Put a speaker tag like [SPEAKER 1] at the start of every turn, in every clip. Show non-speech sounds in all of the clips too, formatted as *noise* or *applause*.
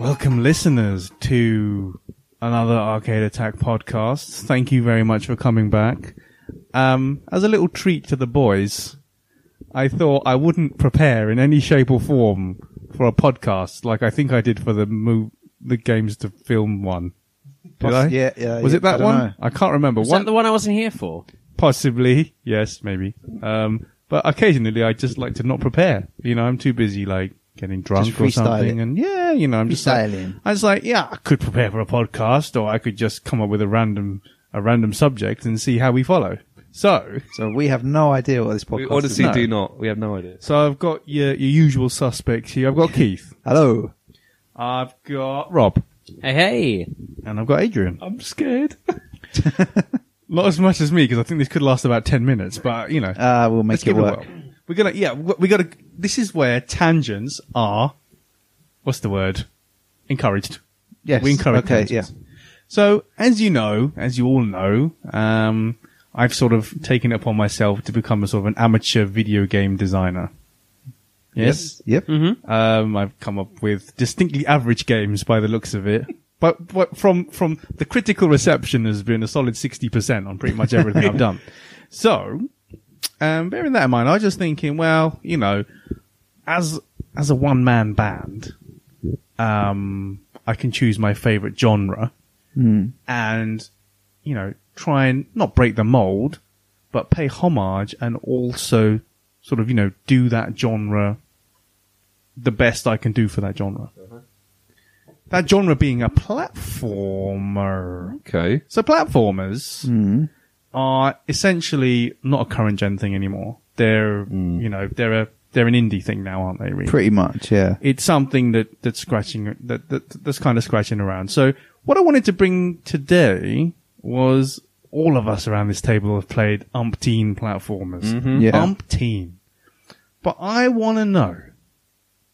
[SPEAKER 1] Welcome, listeners, to another Arcade Attack podcast. Thank you very much for coming back. Um, as a little treat to the boys, I thought I wouldn't prepare in any shape or form for a podcast like I think I did for the mo- the games to film one. Did
[SPEAKER 2] Poss-
[SPEAKER 1] I?
[SPEAKER 2] yeah, yeah,
[SPEAKER 1] Was
[SPEAKER 2] yeah,
[SPEAKER 1] it that
[SPEAKER 2] I don't
[SPEAKER 1] one?
[SPEAKER 2] know.
[SPEAKER 1] I can't remember.
[SPEAKER 3] Was
[SPEAKER 1] One-
[SPEAKER 3] that the one I wasn't here for?
[SPEAKER 1] Possibly, yes, maybe. Um, but occasionally, I just like to not prepare. You know, I'm too busy like getting drunk
[SPEAKER 2] Just
[SPEAKER 1] or
[SPEAKER 2] freestyle
[SPEAKER 1] something,
[SPEAKER 2] it.
[SPEAKER 1] and yeah, you know, I'm just like,
[SPEAKER 2] Freestyling.
[SPEAKER 1] I was like, yeah, I could prepare for a podcast, or I could just come up with a random a random subject and see how we follow. So,
[SPEAKER 2] So we have no idea what this podcast
[SPEAKER 4] We
[SPEAKER 2] is.
[SPEAKER 4] honestly
[SPEAKER 1] No.
[SPEAKER 4] do not. We have no idea.
[SPEAKER 1] so I've got your your usual suspects here. I've got Keith,
[SPEAKER 2] Hello.
[SPEAKER 1] I've got Rob,
[SPEAKER 3] Hey, hey.
[SPEAKER 1] and I've got Adrian.
[SPEAKER 4] I'm scared.
[SPEAKER 1] *laughs* Not as much as me because I think this could last about ten minutes, but you know,
[SPEAKER 2] Uh, we'll make
[SPEAKER 1] Let's
[SPEAKER 2] it
[SPEAKER 1] give it a
[SPEAKER 2] work.
[SPEAKER 1] whirl. We're gonna, yeah, we we gotta. This is where tangents are. What's the word? Encouraged.
[SPEAKER 2] Yes.
[SPEAKER 1] We encourage
[SPEAKER 2] Okay, yeah.
[SPEAKER 1] tangents. So, as you know, as you all know, um, I've sort of taken it upon myself to become a sort of an amateur video game designer. Yes.
[SPEAKER 2] Yep.
[SPEAKER 1] Um, I've come up with distinctly average games by the looks of it. But, but from, from the critical reception has been a solid 60% on pretty much everything I've done. So, um, bearing that in mind, I was just thinking, well, you know, as, as a one man band, um, I can choose my favorite genre and, you know, try and not break the mold, but pay homage and also sort of, you know, do that genre the best I can do for that genre. That genre being a platformer.
[SPEAKER 4] Okay.
[SPEAKER 1] So platformers are essentially not a current gen thing anymore. They're, you know, they're a, they're an indie thing now, aren't they? Really?
[SPEAKER 2] Pretty much, yeah.
[SPEAKER 1] it's something that that's scratching that, that that's kind of scratching around. So what I wanted to bring today was all of us around this table have played umpteen platformers,
[SPEAKER 2] Mm-hmm. Yeah.
[SPEAKER 1] umpteen. But I want to know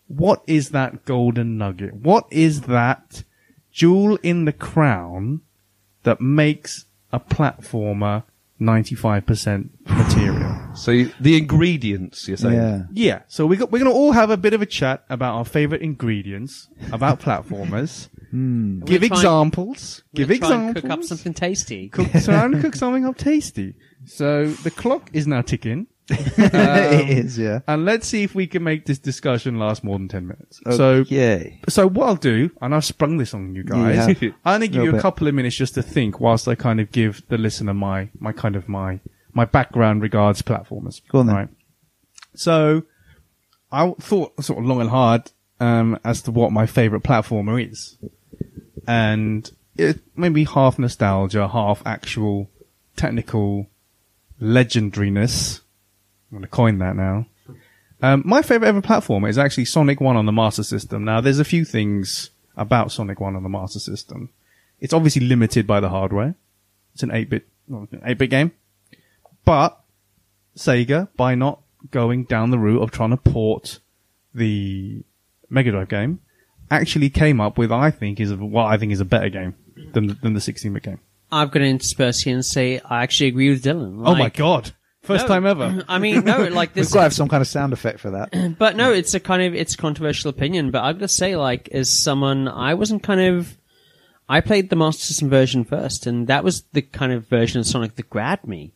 [SPEAKER 1] what is that golden nugget? What is that jewel in the crown that makes a platformer ninety five percent material?
[SPEAKER 4] So you- the ingredients, you're saying?
[SPEAKER 2] Yeah. *laughs*
[SPEAKER 1] Yeah, so we got, we're going to all have a bit of a chat about our favorite ingredients, about
[SPEAKER 3] *laughs*
[SPEAKER 1] platformers. Give
[SPEAKER 3] We're trying-
[SPEAKER 1] examples.
[SPEAKER 3] We're
[SPEAKER 1] Give
[SPEAKER 3] gonna try and
[SPEAKER 1] examples.
[SPEAKER 3] Cook up something tasty.
[SPEAKER 1] Cook,
[SPEAKER 3] *laughs*
[SPEAKER 1] so I'm gonna cook something up tasty. So the clock is now ticking,
[SPEAKER 2] it is, yeah.
[SPEAKER 1] and let's see if we can make this discussion last more than ten minutes. So
[SPEAKER 2] yay.
[SPEAKER 1] so what I'll do, and I've sprung this on you guys,
[SPEAKER 4] Yeah.
[SPEAKER 1] *laughs* I'm going to give
[SPEAKER 2] Little
[SPEAKER 1] you a
[SPEAKER 2] bit.
[SPEAKER 1] couple of minutes just to think whilst I kind of give the listener my, my kind of my, my background regards platformers.
[SPEAKER 2] Go on then.
[SPEAKER 1] Right. So I w- thought sort of long and hard, um, as to what my favorite platformer is. And it maybe half nostalgia, half actual technical legendariness. I'm going to coin that now. Um, my favorite ever platformer is actually Sonic 1 on the Master System. Now, there's a few things about Sonic 1 on the Master System. It's obviously limited by the hardware. It's an 8-bit, well, it's an 8-bit game. But Sega, by not going down the route of trying to port the Mega Drive game, actually came up with, I think, is a- what I think is a better game than, than the 16-bit game.
[SPEAKER 3] I'm going to intersperse here and say I actually agree with Dylan.
[SPEAKER 1] oh my
[SPEAKER 3] Like,
[SPEAKER 1] god. First
[SPEAKER 3] no.
[SPEAKER 1] time
[SPEAKER 3] *laughs*
[SPEAKER 1] ever.
[SPEAKER 3] *clears throat* I mean, no,
[SPEAKER 1] *laughs*
[SPEAKER 3] like
[SPEAKER 2] We've
[SPEAKER 3] this.
[SPEAKER 2] got to have some kind of sound effect for that.
[SPEAKER 3] But no, it's a kind of it's a controversial opinion. But I've got to say, like, as someone, I wasn't kind of. I played the Master System version first, and that was the kind of version of Sonic that grabbed me.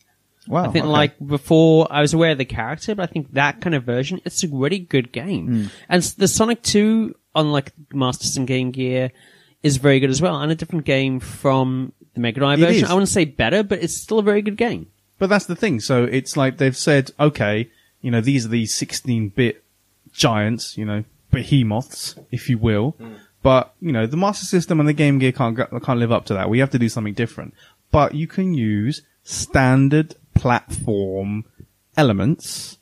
[SPEAKER 2] Wow.
[SPEAKER 3] I think
[SPEAKER 2] okay.
[SPEAKER 3] like before I was aware of the character, but I think that kind of version, it's a really good game. And s- the Sonic 2 on like Master System Game Gear is very good as well, and a different game from the Mega Drive
[SPEAKER 1] It
[SPEAKER 3] version.
[SPEAKER 1] is.
[SPEAKER 3] I wouldn't say better, but it's still a very good game.
[SPEAKER 1] But that's the thing. So it's like they've said, okay, you know, these are these 16 bit giants, you know, behemoths, if you will. But, you know, the Master System and the Game Gear can't, go- can't live up to that. We have to do something different. But you can use standard platform elements,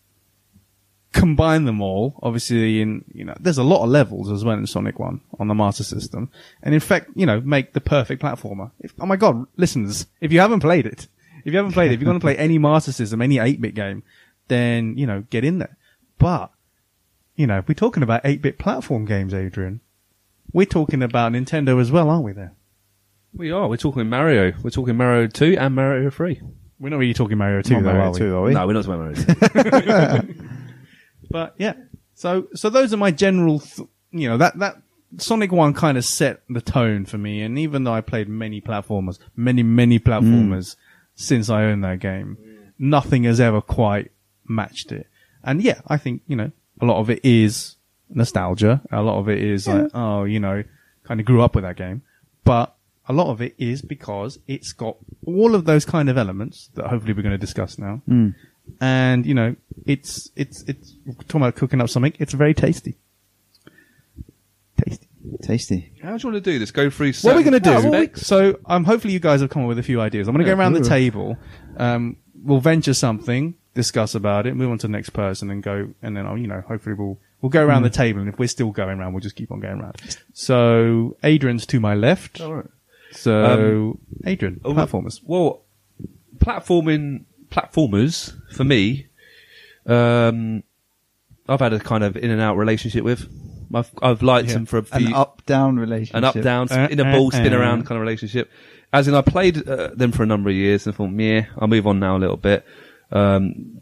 [SPEAKER 1] combine them all, obviously in, you know, there's a lot of levels as well in Sonic 1 on the Master System. And in fact, you know, make the perfect platformer. If, oh my god, listeners, if you haven't played it, if you haven't played it, if you're going to play any Master System, any 8-bit game, then, you know, get in there. But, you know, if we're talking about 8-bit platform games, Adrian, we're talking about Nintendo as well, aren't we there?
[SPEAKER 4] We are. We're talking Mario. We're talking Mario 2 and Mario 3.
[SPEAKER 1] We're not really talking Mario 2
[SPEAKER 2] Not
[SPEAKER 1] though,
[SPEAKER 2] Mario
[SPEAKER 1] are we?
[SPEAKER 2] 2, are we?
[SPEAKER 4] No, we're not talking Mario 2.
[SPEAKER 1] But yeah, so so those are my general, th- you know, that that Sonic One kind of set the tone for me. And even though I played many platformers, many many platformers since I owned that game, nothing has ever quite matched it. And yeah, I think you know a lot of it is nostalgia. A lot of it is like, oh, you know, kind of grew up with that game, but. A lot of it is because it's got all of those kind of elements that hopefully we're going to discuss now and you know it's it's it's talking about cooking up something. It's very tasty. Tasty.
[SPEAKER 2] Tasty.
[SPEAKER 4] *laughs* How do you want to do this? Go
[SPEAKER 1] What are
[SPEAKER 4] through
[SPEAKER 1] we
[SPEAKER 4] certain
[SPEAKER 1] going to do?
[SPEAKER 4] aspects?
[SPEAKER 1] so um, hopefully you guys have come up with a few ideas. I'm going to
[SPEAKER 4] Yeah,
[SPEAKER 1] go around the
[SPEAKER 4] yeah.
[SPEAKER 1] table. Um, we'll venture something, discuss about it, move on to the next person, and go. And then I'll you know hopefully we'll we'll go around the table. And if we're still going around, we'll just keep on going around. So Adrian's to my left. So Adrian,
[SPEAKER 4] Oh,
[SPEAKER 1] platformers.
[SPEAKER 4] Well, platforming platformers for me, um, I've had a kind of in and out relationship with. I've I've liked
[SPEAKER 1] Yeah.
[SPEAKER 4] them for a few,
[SPEAKER 2] An up down relationship.
[SPEAKER 4] an up down,
[SPEAKER 1] Uh,
[SPEAKER 4] in a
[SPEAKER 1] uh,
[SPEAKER 4] ball, spin
[SPEAKER 1] uh.
[SPEAKER 4] around kind of relationship. As in, I played uh, them for a number of years and thought, yeah, I'll move on now a little bit. Um,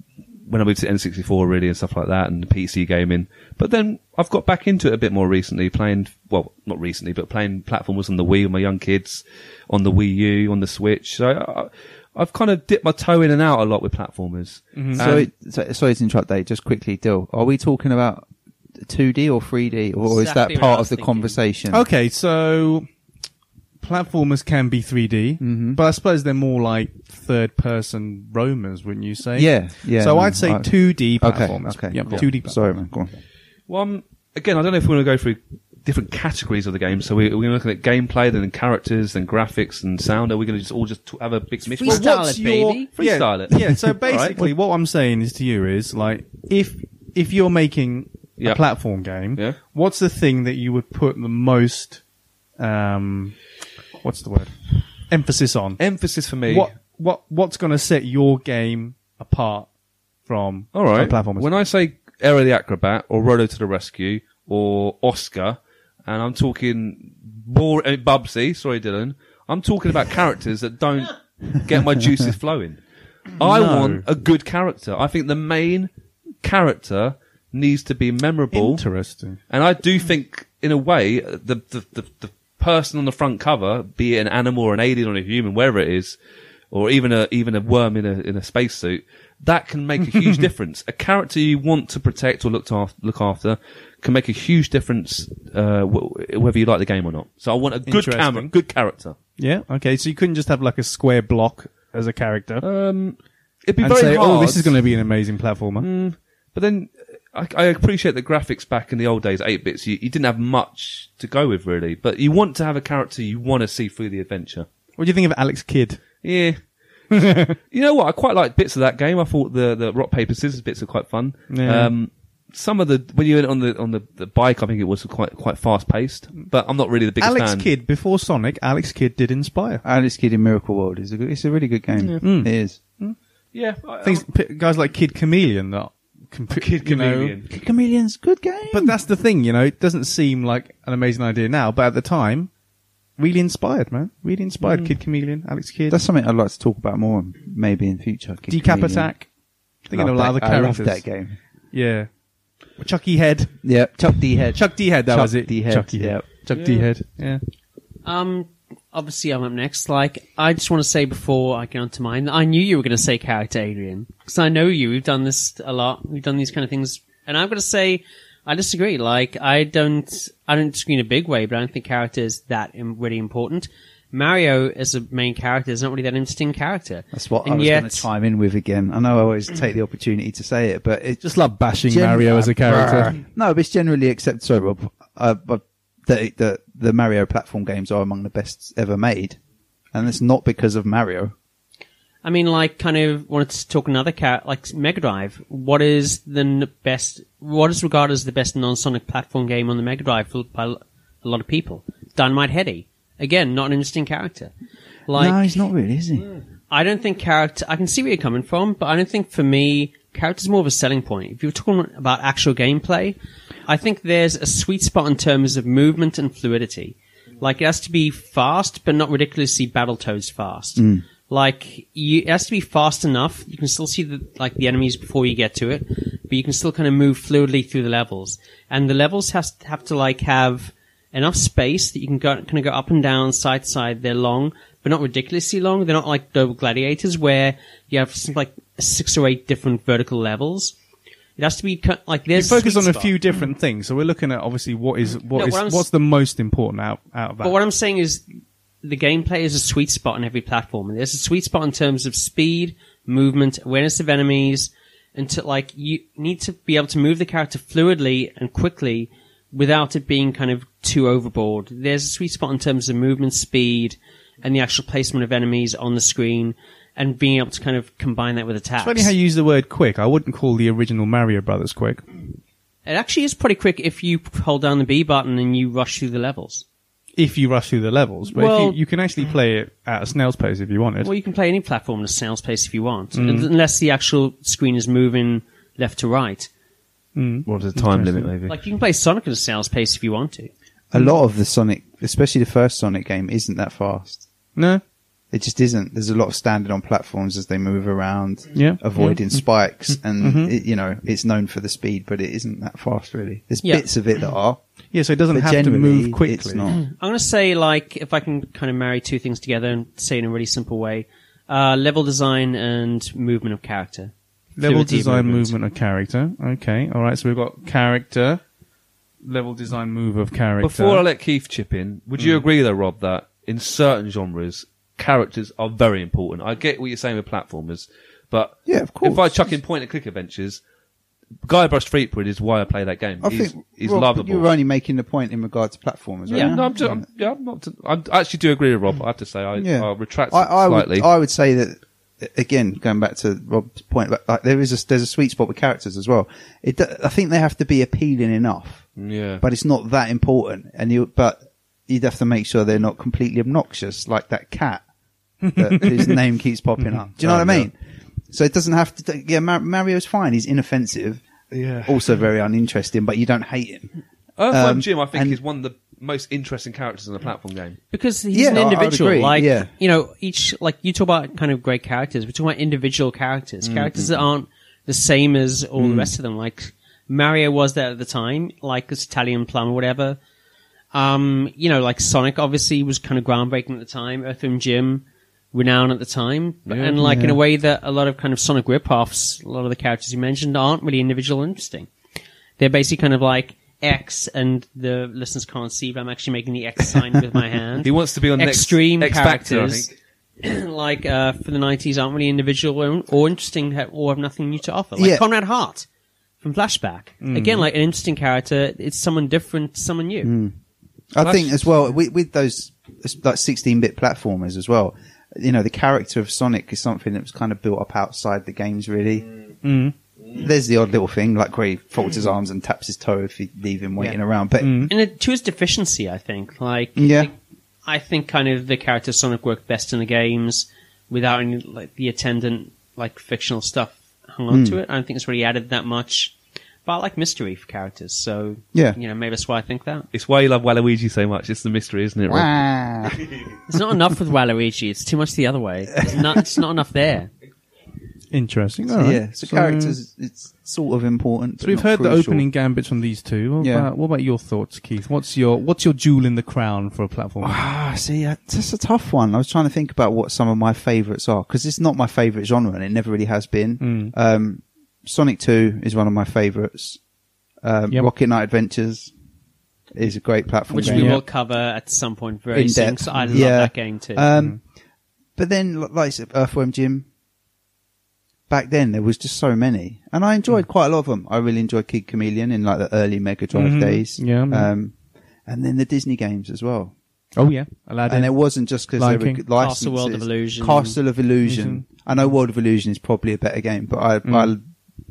[SPEAKER 4] when I moved to N64 really and stuff like that and PC gaming. But then I've got back into it a bit more recently, playing, well, not recently, but playing platformers on the Wii with my young kids, on the Wii U, on the Switch. So I, I- I've kind of dipped my toe in and out a lot with platformers.
[SPEAKER 2] So, it, so Mm-hmm. sorry to interrupt, Dave. Just quickly, Dill. Are we talking about 2D or 3D, or is
[SPEAKER 3] Exactly
[SPEAKER 2] that
[SPEAKER 3] what I
[SPEAKER 2] part
[SPEAKER 3] was
[SPEAKER 2] of the
[SPEAKER 3] thinking.
[SPEAKER 2] conversation?
[SPEAKER 1] Okay, so platformers can be 3D,
[SPEAKER 2] Mm-hmm.
[SPEAKER 1] but I suppose they're more like third person roamers, wouldn't you say?
[SPEAKER 2] Yeah, yeah,
[SPEAKER 1] So
[SPEAKER 2] no,
[SPEAKER 1] I'd say
[SPEAKER 2] I-
[SPEAKER 1] 2D
[SPEAKER 2] Okay.
[SPEAKER 1] platformers.
[SPEAKER 2] Okay.
[SPEAKER 1] Yep,
[SPEAKER 2] cool.
[SPEAKER 1] 2D platformers.
[SPEAKER 2] Sorry, man. Go on.
[SPEAKER 4] Well, um, again, I don't know if we want to go through different categories of the game. So we, we're looking at gameplay, then characters, then graphics and sound. Are we going to just all just t- have a big mix?
[SPEAKER 3] Well, Freestyle what's it, your- baby.
[SPEAKER 1] Yeah,
[SPEAKER 4] Freestyle it. *laughs*
[SPEAKER 1] Yeah, so basically what I'm saying is to you is like if if you're making
[SPEAKER 4] Yeah.
[SPEAKER 1] a platform game,
[SPEAKER 4] Yeah.
[SPEAKER 1] what's the thing that you would put the most um what's the word? Emphasis on.
[SPEAKER 4] Emphasis for me.
[SPEAKER 1] What what what's going to set your game apart from
[SPEAKER 4] All right.
[SPEAKER 1] from platformers?
[SPEAKER 4] When I say Era the Acrobat or Rollo to the Rescue or Oscar, and I'm talking more uh, Bubsy, sorry, Dylan, I'm talking about characters
[SPEAKER 1] *laughs*
[SPEAKER 4] that don't get my juices flowing. I want a good character. I think the main character needs to be memorable.
[SPEAKER 1] Interesting.
[SPEAKER 4] And I do think, in a way, the the, the, the person on the front cover, be it an animal or an alien or a human, wherever it is, or even a even a worm in a in a spacesuit, that can make a
[SPEAKER 1] *laughs*
[SPEAKER 4] huge difference. A character you want to protect or look after, look after can make a huge difference, uh, wh- whether you like the game or not. So I want a good
[SPEAKER 1] Interesting.
[SPEAKER 4] camera, good character.
[SPEAKER 1] Yeah. Okay. So you couldn't just have like a square block as a character
[SPEAKER 4] Um, it'd be
[SPEAKER 1] and
[SPEAKER 4] very
[SPEAKER 1] say,
[SPEAKER 4] hard. Mm.
[SPEAKER 1] "Oh, this is going to be an amazing platformer."
[SPEAKER 4] But then I, I appreciate the graphics back in the old days, 8 bits. You, you didn't have much to go with, really. But you want to have a character you want to see through the adventure.
[SPEAKER 1] What do you think of Alex Kidd?
[SPEAKER 2] *laughs*
[SPEAKER 4] Yeah. you know what? I quite liked bits of that game. I thought the, the rock paper scissors bits are quite fun.
[SPEAKER 1] Yeah.
[SPEAKER 4] Um, some of the when you went on the on the, the bike, I think it was quite quite fast paced. But I'm not really the biggest
[SPEAKER 1] Alex
[SPEAKER 4] fan.
[SPEAKER 1] Kidd before Sonic, Alex Kidd did inspire.
[SPEAKER 2] Alex Kidd in Miracle World is a good, it's a really good game. It is.
[SPEAKER 4] Yeah, I, um,
[SPEAKER 1] Things p- guys like Kid Chameleon that can,
[SPEAKER 4] Kid
[SPEAKER 1] you know.
[SPEAKER 4] Chameleon.
[SPEAKER 2] Chameleon's good game.
[SPEAKER 1] But that's the thing, you know. It doesn't seem like an amazing idea now, but at the time, really inspired, man. Really
[SPEAKER 4] Mm.
[SPEAKER 1] inspired. Kid Chameleon, Alex Kidd,
[SPEAKER 2] that's something I'd like to talk about more, maybe in future. Kid
[SPEAKER 1] Decap
[SPEAKER 2] Chameleon.
[SPEAKER 1] Attack. Thinking of
[SPEAKER 2] Love
[SPEAKER 1] a lot of
[SPEAKER 2] that-
[SPEAKER 1] other
[SPEAKER 2] I love
[SPEAKER 1] characters.
[SPEAKER 2] that game.
[SPEAKER 1] Yeah. Chucky Head.
[SPEAKER 2] Yeah, Chuck D Head.
[SPEAKER 1] Chuck D Head. That
[SPEAKER 2] Chuck
[SPEAKER 1] was it.
[SPEAKER 2] D. Head,
[SPEAKER 1] Chuck D
[SPEAKER 2] yeah.
[SPEAKER 1] Head. Chuck D Head. Yeah.
[SPEAKER 3] Um, obviously I'm up next. Like, I just want to say before I get onto mine, I knew you were going to say character Adrian because I know you. We've done this a lot. We've done these kind of things, and I'm going to say I disagree. Like, I don't, I don't disagree in a big way, but I don't think character is that im- really important. Mario as a main character is not really that interesting character.
[SPEAKER 2] That's what I
[SPEAKER 3] And
[SPEAKER 2] was
[SPEAKER 3] yet-
[SPEAKER 2] going to chime in with again. I know I always take the opportunity to say it, but it's
[SPEAKER 1] Just love bashing
[SPEAKER 2] gen-
[SPEAKER 1] Mario as a character.
[SPEAKER 2] No, but it's generally accepted. Sorry, Rob. Uh, but the, the the Mario platform games are among the best ever made, and it's not because of Mario.
[SPEAKER 3] I mean, like, kind of wanted to talk another cat, like Mega Drive. What is the n- best? What is regarded as the best non-Sonic platform game on the Mega Drive for, by l- a lot of people? Dynamite Heady. Again, not an interesting character. Like,
[SPEAKER 2] no, he's not really, is he?
[SPEAKER 3] I don't think character. I can see where you're coming from, but I don't think for me, character's more of a selling point. If you're talking about actual gameplay, I think there's a sweet spot in terms of movement and fluidity. Like it has to be fast, but not ridiculously battle-toes fast. Like you, it has to be fast enough. You can still see the like the enemies before you get to it, but you can still kind of move fluidly through the levels. And the levels has have to like have enough space that you can go, kind of go up and down, side to side. They're long, but not ridiculously long. They're not like Global Gladiators where you have some, like six or eight different vertical levels. It has to be cut- like
[SPEAKER 1] You
[SPEAKER 3] there's
[SPEAKER 1] focus
[SPEAKER 3] sweet
[SPEAKER 1] on a
[SPEAKER 3] spot.
[SPEAKER 1] few different things. So we're looking at obviously what is what
[SPEAKER 3] No,
[SPEAKER 1] is
[SPEAKER 3] what I'm s-
[SPEAKER 1] what's the most important out out of that.
[SPEAKER 3] But what I'm saying is the gameplay is a sweet spot on every platform. And there's a sweet spot in terms of speed, movement, awareness of enemies, and to like you need to be able to move the character fluidly and quickly without it being kind of too overboard. There's a sweet spot in terms of movement speed and the actual placement of enemies on the screen and being able to kind of combine that with attacks.
[SPEAKER 1] it's funny how you use the word quick. I wouldn't call the original Mario Brothers quick.
[SPEAKER 3] it actually is pretty quick if you hold down the B button and you rush through the levels.
[SPEAKER 1] If you rush through the levels, but
[SPEAKER 3] Well-
[SPEAKER 1] if you, you can actually play it at a snail's pace if you wanted.
[SPEAKER 3] Well, you can play any platform in a snail's pace if you want,
[SPEAKER 2] Mm.
[SPEAKER 3] unless the actual screen is moving left to right.
[SPEAKER 4] What was the time limit, maybe?
[SPEAKER 3] Like you can play Sonic at a snail's pace if you want to.
[SPEAKER 2] A lot of the Sonic, especially the first Sonic game, isn't that fast.
[SPEAKER 1] no,
[SPEAKER 2] It just isn't. There's a lot of standing on platforms as they move around,
[SPEAKER 1] Yeah.
[SPEAKER 2] avoiding spikes, and it, you know it's known for the speed, but it isn't that fast really. There's
[SPEAKER 3] Yeah.
[SPEAKER 2] bits of it that are.
[SPEAKER 1] yeah. So it doesn't
[SPEAKER 2] but
[SPEAKER 1] have to
[SPEAKER 2] generally,
[SPEAKER 1] move quickly.
[SPEAKER 2] It's not.
[SPEAKER 3] I'm going to say, like, if I can kind of marry two things together and say in a really simple way, uh, level design and movement of character.
[SPEAKER 1] Level
[SPEAKER 3] Fluidity of
[SPEAKER 1] design, movement of character. Okay, all right. So we've got character, level design, move of character.
[SPEAKER 4] Before I let Keith chip in, would
[SPEAKER 2] Hmm.
[SPEAKER 4] you agree though, Rob, that in certain genres, characters are very important? I get what you're saying with platformers, but
[SPEAKER 2] Yeah, of
[SPEAKER 4] If I
[SPEAKER 2] course.
[SPEAKER 4] chuck in point and click adventures, Guybrush Threepwood is why I play that game.
[SPEAKER 2] I
[SPEAKER 4] he's
[SPEAKER 2] think
[SPEAKER 4] he's
[SPEAKER 2] Rob,
[SPEAKER 4] lovable.
[SPEAKER 2] You're only making the point in regard to platformers, right?
[SPEAKER 4] Yeah, no, I'm, ju- I'm, yeah, I'm not. I'm- i actually do agree with Rob. I have to say, I,
[SPEAKER 2] Yeah.
[SPEAKER 4] I'll retract
[SPEAKER 2] I, I
[SPEAKER 4] slightly. Uh,
[SPEAKER 2] Would, I would say that again, going back to Rob's point, like, like, there is a there's a sweet spot with characters as well. It, do- I think they have to be appealing enough,
[SPEAKER 4] yeah,
[SPEAKER 2] but it's not that important. And you, but you'd have to make sure they're not completely obnoxious, like that cat
[SPEAKER 4] *laughs*
[SPEAKER 2] that, whose name keeps popping up. Do you know what I
[SPEAKER 4] Oh,
[SPEAKER 2] mean? So it doesn't have to. Yeah, Mar- Mario's fine. He's inoffensive.
[SPEAKER 4] Yeah.
[SPEAKER 2] Also very uninteresting, but you don't hate him.
[SPEAKER 4] Earthworm
[SPEAKER 2] um,
[SPEAKER 4] Jim, I think,
[SPEAKER 2] and-
[SPEAKER 4] is one of the most interesting characters in the platform game.
[SPEAKER 3] Because he's
[SPEAKER 2] Yeah,
[SPEAKER 3] an
[SPEAKER 2] I- I would
[SPEAKER 3] individual.
[SPEAKER 2] agree,
[SPEAKER 3] Like,
[SPEAKER 2] yeah.
[SPEAKER 3] you know, each, like, you talk about kind of great characters. We're talking about individual characters,
[SPEAKER 2] Mm,
[SPEAKER 3] characters that aren't the same as all the rest of them. Like, Mario was there at the time, like this Italian plum or whatever. Um, you know, like Sonic obviously was kind of groundbreaking at the time. Earthworm Jim, renowned at the time, but and like in a way that a lot of kind of Sonic rip-offs, a lot of the characters you mentioned aren't really individual and interesting. They're basically kind of like X, and the listeners can't see, but I'm actually making the X sign
[SPEAKER 4] *laughs*
[SPEAKER 3] with my hand.
[SPEAKER 4] He wants to be on next-
[SPEAKER 3] extreme
[SPEAKER 4] X Factor, I
[SPEAKER 3] characters.
[SPEAKER 4] think.
[SPEAKER 3] *clears throat* like uh, for the '90s, aren't really individual or, or interesting, ha- or have nothing new to offer. Like
[SPEAKER 2] Yeah.
[SPEAKER 3] Conrad Hart from Flashback,
[SPEAKER 4] Mm.
[SPEAKER 3] again, like an interesting character. It's someone different, someone new.
[SPEAKER 2] I think as well with, with those like 16-bit platformers as well. You know, the character of Sonic is something that was kind of built up outside the games. Really, Mm. there's the odd little thing like where he folds his arms and taps his toe if you leave him waiting around. But
[SPEAKER 3] and it, to his deficiency, I think. Like,
[SPEAKER 2] Yeah.
[SPEAKER 3] I think kind of the character Sonic worked best in the games without any like the attendant like fictional stuff hung on
[SPEAKER 2] Hmm.
[SPEAKER 3] to it. I don't think it's really added that much. But I like mystery for characters, so
[SPEAKER 2] Yeah.
[SPEAKER 3] you know maybe that's why I think that
[SPEAKER 4] It's why you love Waluigi so much. It's the mystery, isn't it? Rob?
[SPEAKER 2] *laughs* wow,
[SPEAKER 3] it's not enough with Waluigi. It's too much the other way. It's not, it's not enough there.
[SPEAKER 1] Interesting.
[SPEAKER 2] So,
[SPEAKER 1] All right.
[SPEAKER 2] Yeah, so, characters, it's sort of important.
[SPEAKER 1] So
[SPEAKER 2] but
[SPEAKER 1] we've
[SPEAKER 2] not
[SPEAKER 1] heard the
[SPEAKER 2] crucial.
[SPEAKER 1] opening gambits from these two. What,
[SPEAKER 2] Yeah.
[SPEAKER 1] about, what about your thoughts, Keith? What's your what's your jewel in the crown for a
[SPEAKER 2] *sighs*
[SPEAKER 1] platform?
[SPEAKER 2] Ah, see, uh, that's a tough one. I was trying to think about what some of my favourites are because it's not my favourite genre, and it never really has been.
[SPEAKER 1] Hmm.
[SPEAKER 2] Um, Sonic Two is one of my favourites. Um,
[SPEAKER 1] Yep.
[SPEAKER 2] Rocket Knight Adventures is a great platform,
[SPEAKER 3] which
[SPEAKER 2] game.
[SPEAKER 3] we
[SPEAKER 1] Yeah.
[SPEAKER 3] will cover at some point very
[SPEAKER 2] In
[SPEAKER 3] soon.
[SPEAKER 2] depth.
[SPEAKER 3] 'cause I love
[SPEAKER 2] Yeah.
[SPEAKER 3] that game too.
[SPEAKER 2] Um, But then, li- like I said, Earthworm Jim. Back then, there was just so many, and I enjoyed
[SPEAKER 1] Mm.
[SPEAKER 2] quite a lot of them. I really enjoyed Kid Chameleon in like the early Mega Drive
[SPEAKER 1] Mhm.
[SPEAKER 2] days.
[SPEAKER 1] Yeah.
[SPEAKER 2] Um, and then the Disney games as well.
[SPEAKER 1] Oh yeah, Aladdin.
[SPEAKER 2] and it wasn't just because
[SPEAKER 1] Lion
[SPEAKER 2] they were
[SPEAKER 1] King.
[SPEAKER 2] good licenses.
[SPEAKER 3] Castle World of Illusion.
[SPEAKER 2] Castle of Illusion. I know World of Illusion is probably a better game, but I,
[SPEAKER 3] Mm.
[SPEAKER 2] I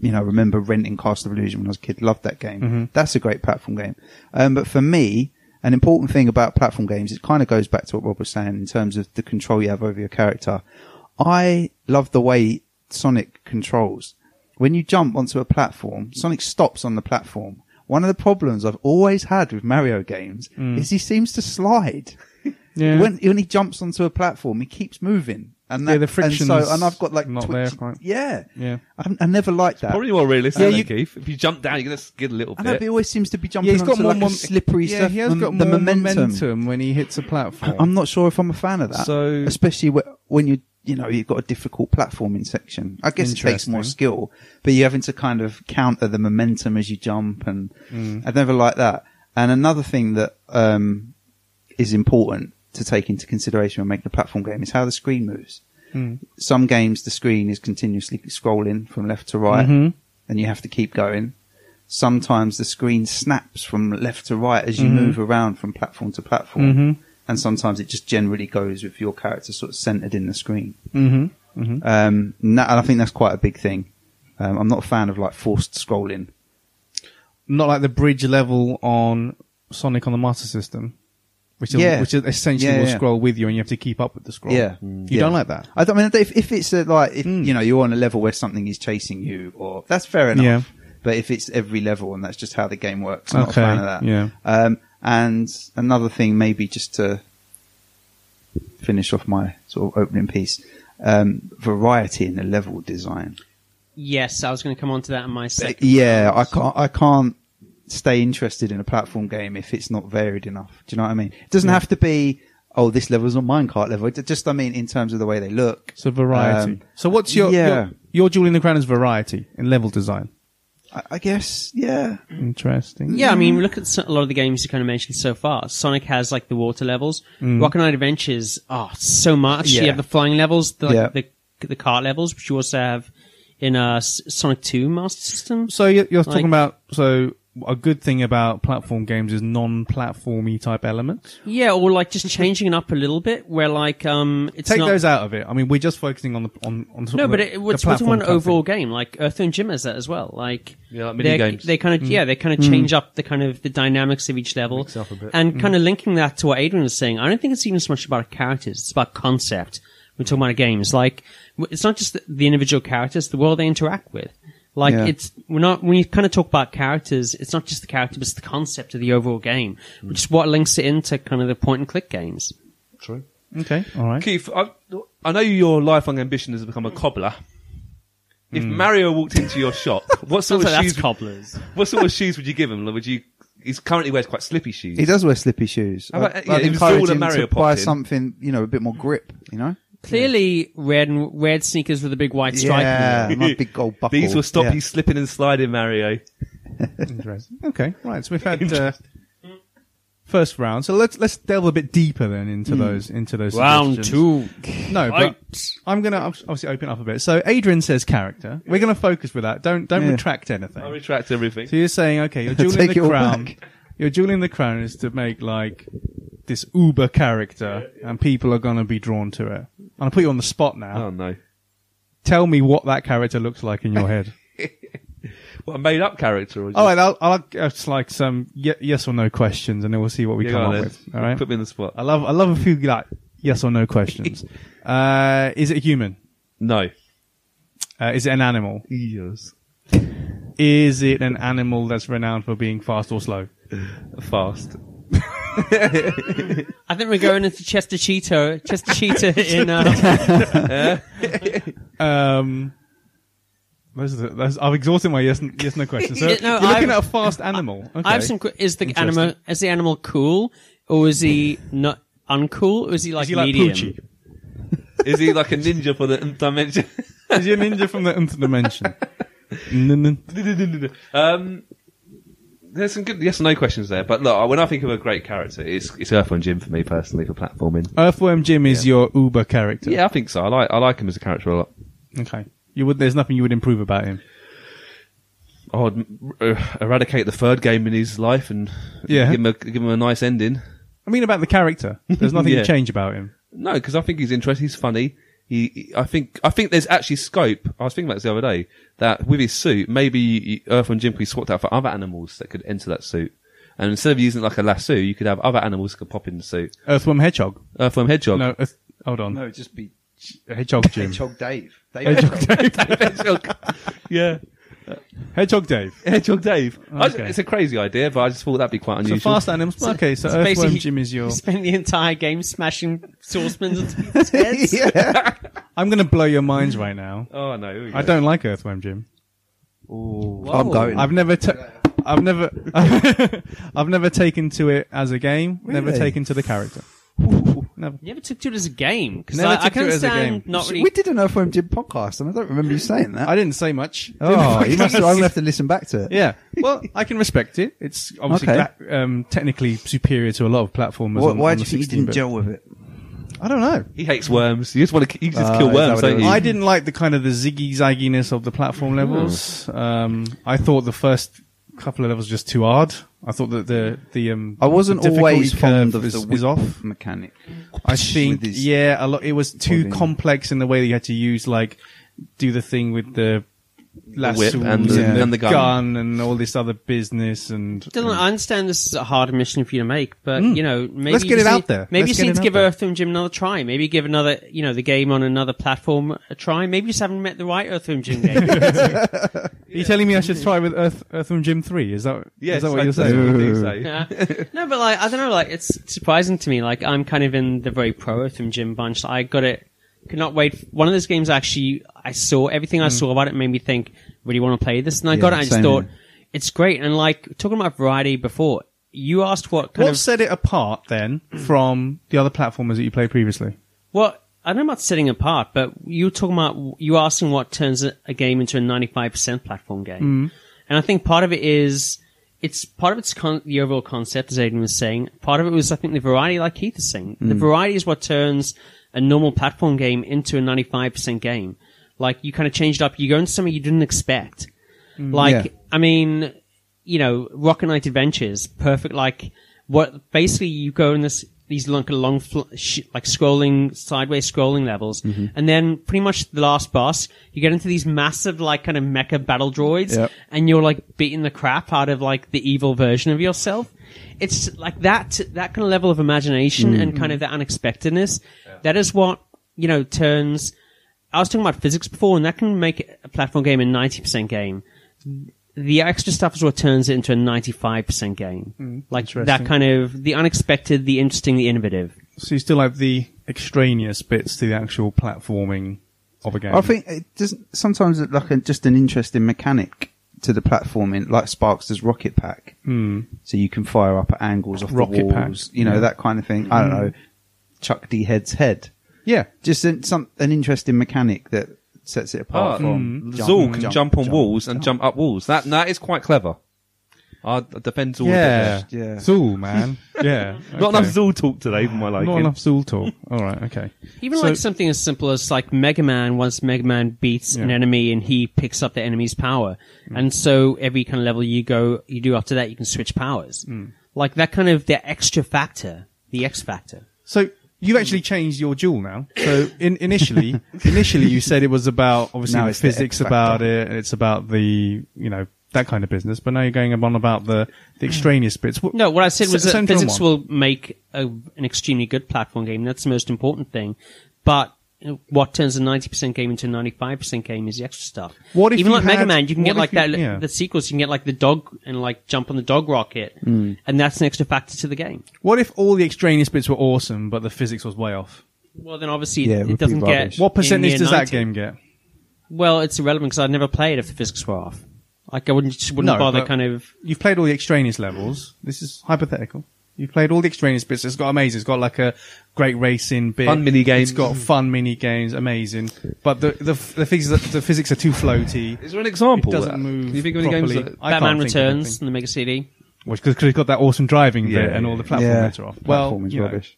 [SPEAKER 2] you know, remember renting Castle of Illusion when I was a kid. Loved that game.
[SPEAKER 3] Mm-hmm.
[SPEAKER 2] That's a great platform game. Um, but for me, an important thing about platform games, it kind of goes back to what Rob was saying in terms of the control you have over your character. I love the way Sonic controls. When you jump onto a platform, Sonic stops on the platform. One of the problems I've always had with Mario games
[SPEAKER 3] Mm.
[SPEAKER 2] is he seems to slide
[SPEAKER 1] yeah.
[SPEAKER 2] when when he jumps onto a platform, he keeps moving, and that,
[SPEAKER 1] Yeah, the friction's
[SPEAKER 2] And so, and I've got like
[SPEAKER 1] not
[SPEAKER 2] twitchy-
[SPEAKER 1] there quite.
[SPEAKER 2] Yeah,
[SPEAKER 1] Yeah.
[SPEAKER 2] I, I never liked that.
[SPEAKER 4] Probably more realistic,
[SPEAKER 2] Yeah,
[SPEAKER 4] than
[SPEAKER 2] you-
[SPEAKER 4] Keith. If you jump down, you're going to skid a little
[SPEAKER 2] I
[SPEAKER 4] bit.
[SPEAKER 2] know, but he always seems to be jumping onto like
[SPEAKER 1] mom-
[SPEAKER 2] a slippery
[SPEAKER 1] yeah,
[SPEAKER 2] stuff.
[SPEAKER 1] he has
[SPEAKER 2] mom-
[SPEAKER 1] got
[SPEAKER 2] the
[SPEAKER 1] more
[SPEAKER 2] momentum.
[SPEAKER 1] when he hits a platform.
[SPEAKER 2] I'm not sure if I'm a fan of that.
[SPEAKER 4] So-
[SPEAKER 2] especially wh- when you you know you've got a difficult platforming section. I guess it takes
[SPEAKER 1] Interesting.
[SPEAKER 2] more skill, but you're having to kind of counter the momentum as you jump, and I never like that. And another thing that um, is important to take into consideration when making a platform game is how the screen moves. Some games the screen is continuously scrolling from left to right, and you have to keep going. Sometimes the screen snaps from left to right as you move around from platform to platform, and sometimes it just generally goes with your character sort of centered in the screen.
[SPEAKER 1] Mm-hmm. Mm-hmm.
[SPEAKER 2] Um, and that- and I think that's quite a big thing. Um, I'm not a fan of like forced scrolling.
[SPEAKER 1] Not like the bridge level on Sonic on the Master System, which will-
[SPEAKER 2] Yeah.
[SPEAKER 1] which is essentially
[SPEAKER 2] Yeah,
[SPEAKER 1] will
[SPEAKER 2] yeah.
[SPEAKER 1] scroll with you, and you have to keep up with the scroll.
[SPEAKER 2] Yeah.
[SPEAKER 1] you
[SPEAKER 2] Yeah.
[SPEAKER 1] don't like that.
[SPEAKER 2] I don't I mean if, if it's a, like if
[SPEAKER 1] Hmm.
[SPEAKER 2] you know you're on a level where something is chasing you, or that's fair enough.
[SPEAKER 1] Yeah.
[SPEAKER 2] But if it's every level and that's just how the game works, I'm not a
[SPEAKER 1] Okay,
[SPEAKER 2] fan of that.
[SPEAKER 1] yeah.
[SPEAKER 2] Um, and another thing, maybe just to finish off my sort of opening piece, um, variety in the level design.
[SPEAKER 3] yes, I was going to come on to that in my
[SPEAKER 2] But,
[SPEAKER 3] second.
[SPEAKER 2] uh, yeah, I can't. I can't stay interested in a platform game if it's not varied enough. Do you know what I mean? It doesn't have to be. Oh, this level's on minecart level. It- Just I mean, in terms of the way they look.
[SPEAKER 1] So variety.
[SPEAKER 2] Um,
[SPEAKER 1] so what's your,
[SPEAKER 2] yeah.
[SPEAKER 1] your your jewel in the crown is variety in level design.
[SPEAKER 2] I, I guess, yeah.
[SPEAKER 1] Interesting.
[SPEAKER 3] Yeah, I mean, look at so- a lot of the games you kind of mentioned so far. Sonic has like the water levels. Rocket Knight Adventures, oh, so much.
[SPEAKER 2] Yeah.
[SPEAKER 3] You have the flying levels, the, like,
[SPEAKER 2] Yeah.
[SPEAKER 3] the the cart levels, which you also have in uh, S- Sonic Two Master System.
[SPEAKER 1] So you're, you're
[SPEAKER 3] Like-
[SPEAKER 1] talking about so a good thing about platform games is non-platformy type elements.
[SPEAKER 3] Yeah, or like just changing it up a little bit, where like um, it's
[SPEAKER 1] Take
[SPEAKER 3] not,
[SPEAKER 1] those out of it. I mean, we're just focusing on the on on sort
[SPEAKER 3] No,
[SPEAKER 1] of
[SPEAKER 3] but
[SPEAKER 1] the,
[SPEAKER 3] it, it's
[SPEAKER 1] the
[SPEAKER 3] what's
[SPEAKER 1] platform
[SPEAKER 3] one
[SPEAKER 1] type thing.
[SPEAKER 3] overall game like Earthworm Jim has that as well. Like
[SPEAKER 4] Yeah, like
[SPEAKER 3] they're-
[SPEAKER 4] minigames.
[SPEAKER 3] They kind of
[SPEAKER 1] Mm.
[SPEAKER 3] yeah, they kind of change up the kind of the dynamics of each level,
[SPEAKER 4] up a bit.
[SPEAKER 3] and
[SPEAKER 1] Mm.
[SPEAKER 3] kind of linking that to what Adrian was saying. I don't think it's even so much about characters; it's about concept. We're talking about games like w- it's not just the, the individual characters; the world they interact with. Like
[SPEAKER 2] Yeah.
[SPEAKER 3] it's we're not when you kind of talk about characters, it's not just the character, but it's the concept of the overall game,
[SPEAKER 1] Mm.
[SPEAKER 3] which is what links it into kind of the point and click games.
[SPEAKER 4] True.
[SPEAKER 1] Okay. All right.
[SPEAKER 4] Keith, I, I know your lifelong ambition is to become a cobbler. If Mario walked into your shop, what sort
[SPEAKER 3] Hmm. *laughs* Sounds
[SPEAKER 4] of
[SPEAKER 3] like
[SPEAKER 4] shoes?
[SPEAKER 3] that's cobblers.
[SPEAKER 4] what sort of shoes would you give him? Like, Would you? He currently wears quite slippy shoes.
[SPEAKER 2] He does wear slippy shoes.
[SPEAKER 4] How about-
[SPEAKER 2] I'd-
[SPEAKER 4] yeah,
[SPEAKER 2] I'd
[SPEAKER 4] it was all
[SPEAKER 2] encourage
[SPEAKER 4] that
[SPEAKER 2] him
[SPEAKER 4] Mario
[SPEAKER 2] to buy
[SPEAKER 4] popped in.
[SPEAKER 2] something, you know, a bit more grip, you know?
[SPEAKER 3] Clearly, red and red sneakers with a big white stripe.
[SPEAKER 2] Yeah,
[SPEAKER 3] in them.
[SPEAKER 2] my big gold buckle.
[SPEAKER 4] *laughs* These will stop
[SPEAKER 2] yeah.
[SPEAKER 4] you slipping and sliding, Mario.
[SPEAKER 1] Interesting. Okay, right. So we've had uh, first round. So let's let's delve a bit deeper then into
[SPEAKER 2] Hmm.
[SPEAKER 1] those into those
[SPEAKER 3] Round
[SPEAKER 1] suggestions.
[SPEAKER 3] two.
[SPEAKER 1] No, but I'm gonna ob- obviously open up a bit. So Adrian says character. We're gonna focus with that. Don't don't
[SPEAKER 2] Yeah.
[SPEAKER 1] retract anything.
[SPEAKER 4] I retract everything.
[SPEAKER 1] so you're saying okay,
[SPEAKER 2] *laughs*
[SPEAKER 1] you're dueling
[SPEAKER 2] Take it
[SPEAKER 1] the
[SPEAKER 2] all
[SPEAKER 1] crown.
[SPEAKER 2] back.
[SPEAKER 1] You're dueling the crown is to make like this uber character, and people are gonna be drawn to it. I'll put you on the spot now.
[SPEAKER 4] Oh no!
[SPEAKER 1] Tell me what that character looks like
[SPEAKER 2] *laughs*
[SPEAKER 1] in your head.
[SPEAKER 4] What a made-up character? Or
[SPEAKER 1] All right, I'll, I'll ask uh, like some ye- yes or no questions, and then we'll see what we
[SPEAKER 4] Yeah,
[SPEAKER 1] come
[SPEAKER 4] go on
[SPEAKER 1] up
[SPEAKER 4] then.
[SPEAKER 1] with. All right,
[SPEAKER 4] Put me in the spot. Uh,
[SPEAKER 1] I love I love a few like yes or no
[SPEAKER 4] *laughs*
[SPEAKER 1] questions. uh, is it human?
[SPEAKER 4] no.
[SPEAKER 1] Uh, is it an animal?
[SPEAKER 4] Yes.
[SPEAKER 1] Is it an animal that's renowned for being fast or slow?
[SPEAKER 4] Fast.
[SPEAKER 3] I think we're going into
[SPEAKER 1] *laughs*
[SPEAKER 3] Chester Cheeto. Chester Cheetah in. Uh,
[SPEAKER 1] Um, Those are the, those, I've exhausted my yes, yes no
[SPEAKER 3] *laughs*
[SPEAKER 1] questions. So
[SPEAKER 3] Yeah, no,
[SPEAKER 1] you're looking
[SPEAKER 3] I've-
[SPEAKER 1] at a fast animal. Okay.
[SPEAKER 3] I have some. que- Is the
[SPEAKER 1] Interesting.
[SPEAKER 3] animal is the animal cool or is he not uncool? Or is he like
[SPEAKER 1] Is he like
[SPEAKER 3] medium?
[SPEAKER 1] Poochie?
[SPEAKER 4] Is he like a ninja for the dimension? *laughs*
[SPEAKER 1] Is he a ninja from the nth
[SPEAKER 3] *laughs*
[SPEAKER 1] dimension? N- n-
[SPEAKER 4] um, there's some good yes and no questions there, but look, when I think of a great character, it's it's Earthworm Jim for me personally for platforming.
[SPEAKER 1] Earthworm Jim is your Uber character.
[SPEAKER 4] Yeah, I think so. I like I like him as a character a lot.
[SPEAKER 1] Okay. You would. There's nothing you would improve about him.
[SPEAKER 4] I would uh, eradicate the third game in his life and
[SPEAKER 1] Yeah.
[SPEAKER 4] give him a, give him a nice ending.
[SPEAKER 1] I mean, about the character. There's nothing
[SPEAKER 4] Yeah.
[SPEAKER 1] to change about him.
[SPEAKER 4] No, because I think he's interesting. He's funny. He, he- I think, I think there's actually scope. I was thinking about this the other day that with his suit, maybe Earth and Jim could be swapped out for other animals that could enter that suit. And instead of using like a lasso, you could have other animals that could pop in the suit.
[SPEAKER 1] Earthworm Hedgehog.
[SPEAKER 4] Earthworm Hedgehog.
[SPEAKER 1] No. Earth, hold on.
[SPEAKER 2] No, just be
[SPEAKER 1] Hedgehog Jim.
[SPEAKER 2] Hedgehog Dave. Dave
[SPEAKER 1] Hedgehog
[SPEAKER 2] *laughs*
[SPEAKER 1] Dave. *laughs*
[SPEAKER 4] *laughs* Hedgehog. yeah.
[SPEAKER 1] Hedgehog Dave.
[SPEAKER 4] Hedgehog Dave. I just-
[SPEAKER 1] Okay.
[SPEAKER 4] it's a crazy idea, but I just thought that'd be quite
[SPEAKER 1] So
[SPEAKER 4] unusual.
[SPEAKER 1] fast animals. Okay, so,
[SPEAKER 3] So
[SPEAKER 1] Earthworm
[SPEAKER 3] basically,
[SPEAKER 1] Jim is
[SPEAKER 3] *laughs*
[SPEAKER 1] your.
[SPEAKER 3] You spend the entire game smashing
[SPEAKER 1] *laughs*
[SPEAKER 3] saucepans into people's *laughs*
[SPEAKER 2] *laughs*
[SPEAKER 3] heads.
[SPEAKER 2] yeah.
[SPEAKER 1] I'm going to blow your minds right now.
[SPEAKER 4] Oh no. here we
[SPEAKER 1] I
[SPEAKER 4] go.
[SPEAKER 1] don't like Earthworm Jim.
[SPEAKER 2] I'm going.
[SPEAKER 1] I've never, ta- I've never, *laughs* I've never taken to it as a game. Never
[SPEAKER 2] Really?
[SPEAKER 1] taken to the character. Never.
[SPEAKER 3] Never took to it as a game because
[SPEAKER 1] Never
[SPEAKER 3] I, I
[SPEAKER 1] took to
[SPEAKER 3] can
[SPEAKER 1] it as a
[SPEAKER 3] understand
[SPEAKER 1] game.
[SPEAKER 3] not really.
[SPEAKER 2] We did an Earthworm Jim podcast, and I don't remember you saying
[SPEAKER 1] *laughs*
[SPEAKER 2] that.
[SPEAKER 1] I didn't say much.
[SPEAKER 2] oh, you
[SPEAKER 1] *laughs*
[SPEAKER 2] must. Have, I'm gonna have to listen back to it.
[SPEAKER 1] Yeah. Well, I can respect it. It's obviously
[SPEAKER 2] Okay.
[SPEAKER 1] gla- um, technically superior to a lot of platformers.
[SPEAKER 2] Why,
[SPEAKER 1] on,
[SPEAKER 2] why
[SPEAKER 1] on
[SPEAKER 2] do
[SPEAKER 1] the
[SPEAKER 2] you think
[SPEAKER 1] 16
[SPEAKER 2] you didn't
[SPEAKER 1] bit.
[SPEAKER 2] gel with it?
[SPEAKER 1] I don't know.
[SPEAKER 4] He hates worms. You just want to.
[SPEAKER 1] Uh,
[SPEAKER 4] You just
[SPEAKER 2] Ah,
[SPEAKER 4] kill
[SPEAKER 2] is that
[SPEAKER 4] worms,
[SPEAKER 2] what it
[SPEAKER 4] don't
[SPEAKER 2] was?
[SPEAKER 4] you?
[SPEAKER 1] I didn't like the kind of the ziggy zagginess of the
[SPEAKER 2] Hmm.
[SPEAKER 1] platform levels. Um, I thought the first couple of levels just too hard. I thought that the the um,
[SPEAKER 2] I wasn't
[SPEAKER 1] the difficulty
[SPEAKER 2] always fond
[SPEAKER 1] curve
[SPEAKER 2] of
[SPEAKER 1] is,
[SPEAKER 2] the
[SPEAKER 1] is off.
[SPEAKER 2] whip mechanic.
[SPEAKER 1] I think
[SPEAKER 2] With his-
[SPEAKER 1] yeah, a lot. It was too
[SPEAKER 2] Body.
[SPEAKER 1] complex in the way that you had to use like do the thing with the lasso
[SPEAKER 4] whip and
[SPEAKER 2] the-
[SPEAKER 4] and the gun.
[SPEAKER 1] and all this other business and
[SPEAKER 3] Dylan, I understand this is a hard mission for you to make, but you know, maybe
[SPEAKER 1] Mm. Let's
[SPEAKER 3] you
[SPEAKER 1] get it
[SPEAKER 3] just
[SPEAKER 1] out
[SPEAKER 3] need-
[SPEAKER 1] there.
[SPEAKER 3] Maybe
[SPEAKER 1] Let's
[SPEAKER 3] you
[SPEAKER 1] get
[SPEAKER 3] just need
[SPEAKER 1] it
[SPEAKER 3] to
[SPEAKER 1] out
[SPEAKER 3] give
[SPEAKER 1] there.
[SPEAKER 3] Earthworm Jim another try. Maybe give another, you know, the game on another platform a try. Maybe you just haven't met the right Earthworm
[SPEAKER 1] *laughs*
[SPEAKER 3] Jim game. *laughs*
[SPEAKER 1] Are you telling me I should try with Earth Earthworm Jim three? Is that
[SPEAKER 4] Yes,
[SPEAKER 1] is that what
[SPEAKER 4] I-
[SPEAKER 1] you're
[SPEAKER 4] that's
[SPEAKER 1] saying?
[SPEAKER 4] what I think
[SPEAKER 1] *laughs*
[SPEAKER 4] so.
[SPEAKER 3] Yeah. No, but like I don't know, like it's surprising to me. Like I'm kind of in the very pro Earthworm Jim bunch. I got it. Could not wait. One of those games actually, I saw everything I
[SPEAKER 1] Mm.
[SPEAKER 3] saw about it made me think, really want to play this, and I
[SPEAKER 2] Yeah,
[SPEAKER 3] got it. I just
[SPEAKER 2] same
[SPEAKER 3] thought
[SPEAKER 2] here.
[SPEAKER 3] it's great. And like talking about variety before, you asked what kind
[SPEAKER 1] What
[SPEAKER 3] of
[SPEAKER 1] set it apart then from the other platformers that you played previously?
[SPEAKER 3] Well, I don't know about setting apart, but you were talking about you were asking what turns a a game into a ninety-five percent platform game, and I think part of it is it's part of it's con- the overall concept, as Aidan was saying. Part of it was I think the variety, like Keith is saying, the variety is what turns a normal platform game into a ninety-five percent game. Like you kind of changed up, you go into something you didn't expect. Like
[SPEAKER 2] Yeah.
[SPEAKER 3] I mean, you know, Rocket Knight Adventures, perfect. Like what basically you go in this these long, long fl- sh- like scrolling sideways scrolling levels,
[SPEAKER 2] Mm-hmm.
[SPEAKER 3] and then pretty much the last boss, you get into these massive like kind of mecha battle droids,
[SPEAKER 2] Yep.
[SPEAKER 3] and you're like beating the crap out of like the evil version of yourself. It's like that that kind of level of imagination and
[SPEAKER 2] Mm-hmm.
[SPEAKER 3] kind of the unexpectedness. That is what you know turns. I was talking about physics before, and that can make a platform game a ninety percent game the extra stuff is what turns it into a 95% game. like that
[SPEAKER 1] Hmm, interesting.
[SPEAKER 3] kind of the unexpected, the interesting, the innovative.
[SPEAKER 1] So you still have the extraneous bits to the actual platforming of a game.
[SPEAKER 2] I think it doesn't. Sometimes it's like a, just an interesting mechanic to the platforming, like Sparks does Rocket Pack. Mm. So you can fire up at angles off the
[SPEAKER 1] Hmm. Rocket Pack,
[SPEAKER 2] walls, you know
[SPEAKER 1] yeah. Hmm.
[SPEAKER 2] that kind of thing. I don't know. Chuck D Head's head.
[SPEAKER 1] yeah.
[SPEAKER 2] Just an, some an interesting mechanic that sets it
[SPEAKER 4] Oh,
[SPEAKER 1] Ah,
[SPEAKER 2] apart
[SPEAKER 1] hmm.
[SPEAKER 2] from
[SPEAKER 4] Zorg can jump, on walls and jump up walls. That that is quite clever. I defend Zool. a bit
[SPEAKER 1] Yeah.
[SPEAKER 2] Yeah.
[SPEAKER 1] Zool, man. yeah.
[SPEAKER 4] there. Not
[SPEAKER 1] Okay.
[SPEAKER 4] enough Zool talk today for my liking.
[SPEAKER 1] Not enough Zool talk. All right. Okay.
[SPEAKER 3] Even
[SPEAKER 1] So-
[SPEAKER 3] like something as simple as like Mega Man, once Mega Man beats an
[SPEAKER 1] Yeah. Hmm.
[SPEAKER 3] enemy and he picks up the enemy's power. And so every kind of level you go, you do after that, you can switch powers.
[SPEAKER 1] Hmm.
[SPEAKER 3] Like that kind of the extra factor, the X factor.
[SPEAKER 1] So you've actually
[SPEAKER 2] Hmm.
[SPEAKER 1] changed your jewel now. So in,
[SPEAKER 2] *laughs*
[SPEAKER 1] initially, initially you said it was about obviously
[SPEAKER 2] Now
[SPEAKER 1] the
[SPEAKER 2] it's the
[SPEAKER 1] physics
[SPEAKER 2] X factor.
[SPEAKER 1] about it, and it's about the you know that kind of business. But now you're going on about the
[SPEAKER 2] Hmm.
[SPEAKER 1] the extraneous bits. What,
[SPEAKER 3] No, what I said was
[SPEAKER 1] S-
[SPEAKER 3] that
[SPEAKER 1] central
[SPEAKER 3] physics
[SPEAKER 1] one.
[SPEAKER 3] will make a, an extremely good platform game. That's the most important thing. But you know, what turns a 90% game into a 95% game is the extra stuff.
[SPEAKER 1] What if
[SPEAKER 3] Even
[SPEAKER 1] you
[SPEAKER 3] like Mega
[SPEAKER 1] had-
[SPEAKER 3] Man, you can
[SPEAKER 1] what
[SPEAKER 3] get
[SPEAKER 1] if
[SPEAKER 3] like
[SPEAKER 1] you-
[SPEAKER 3] that,
[SPEAKER 1] yeah.
[SPEAKER 3] the sequels, you can get like the dog and like jump on the dog rocket.
[SPEAKER 1] Hmm.
[SPEAKER 3] And that's an extra factor to the game.
[SPEAKER 1] what if all the extraneous bits were awesome, but the physics was way off?
[SPEAKER 3] Well, then obviously
[SPEAKER 2] Yeah, it
[SPEAKER 3] it,
[SPEAKER 2] would be
[SPEAKER 3] doesn't get.
[SPEAKER 2] rubbish.
[SPEAKER 1] What percentage
[SPEAKER 3] in
[SPEAKER 1] does
[SPEAKER 3] year
[SPEAKER 1] that
[SPEAKER 3] 90.
[SPEAKER 1] game get?
[SPEAKER 3] Well, it's irrelevant because I'd never play it if the physics were off. Like I wouldn't just wouldn't
[SPEAKER 1] No,
[SPEAKER 3] bother
[SPEAKER 1] but-
[SPEAKER 3] kind of.
[SPEAKER 1] You've played all the extraneous levels. This is hypothetical. You've played all the extraneous bits. It's got amazing. It's got like a great racing bit.
[SPEAKER 4] Fun mini games.
[SPEAKER 1] It's got fun mini games. Amazing. But the the, the physics the physics are too floaty.
[SPEAKER 4] *laughs* Is there an example?
[SPEAKER 1] It doesn't
[SPEAKER 4] of that?
[SPEAKER 1] move
[SPEAKER 4] *laughs* Can you think of any
[SPEAKER 1] properly.
[SPEAKER 4] games that
[SPEAKER 1] I
[SPEAKER 3] Batman
[SPEAKER 1] can't think of
[SPEAKER 3] Returns
[SPEAKER 1] anything.
[SPEAKER 3] and the Mega CD.
[SPEAKER 1] Which because it's got that awesome driving
[SPEAKER 4] Yeah,
[SPEAKER 1] bit and
[SPEAKER 4] yeah,
[SPEAKER 1] all the
[SPEAKER 4] yeah.
[SPEAKER 1] platform bits are off. Well,
[SPEAKER 2] Platform is
[SPEAKER 1] you know,
[SPEAKER 2] rubbish.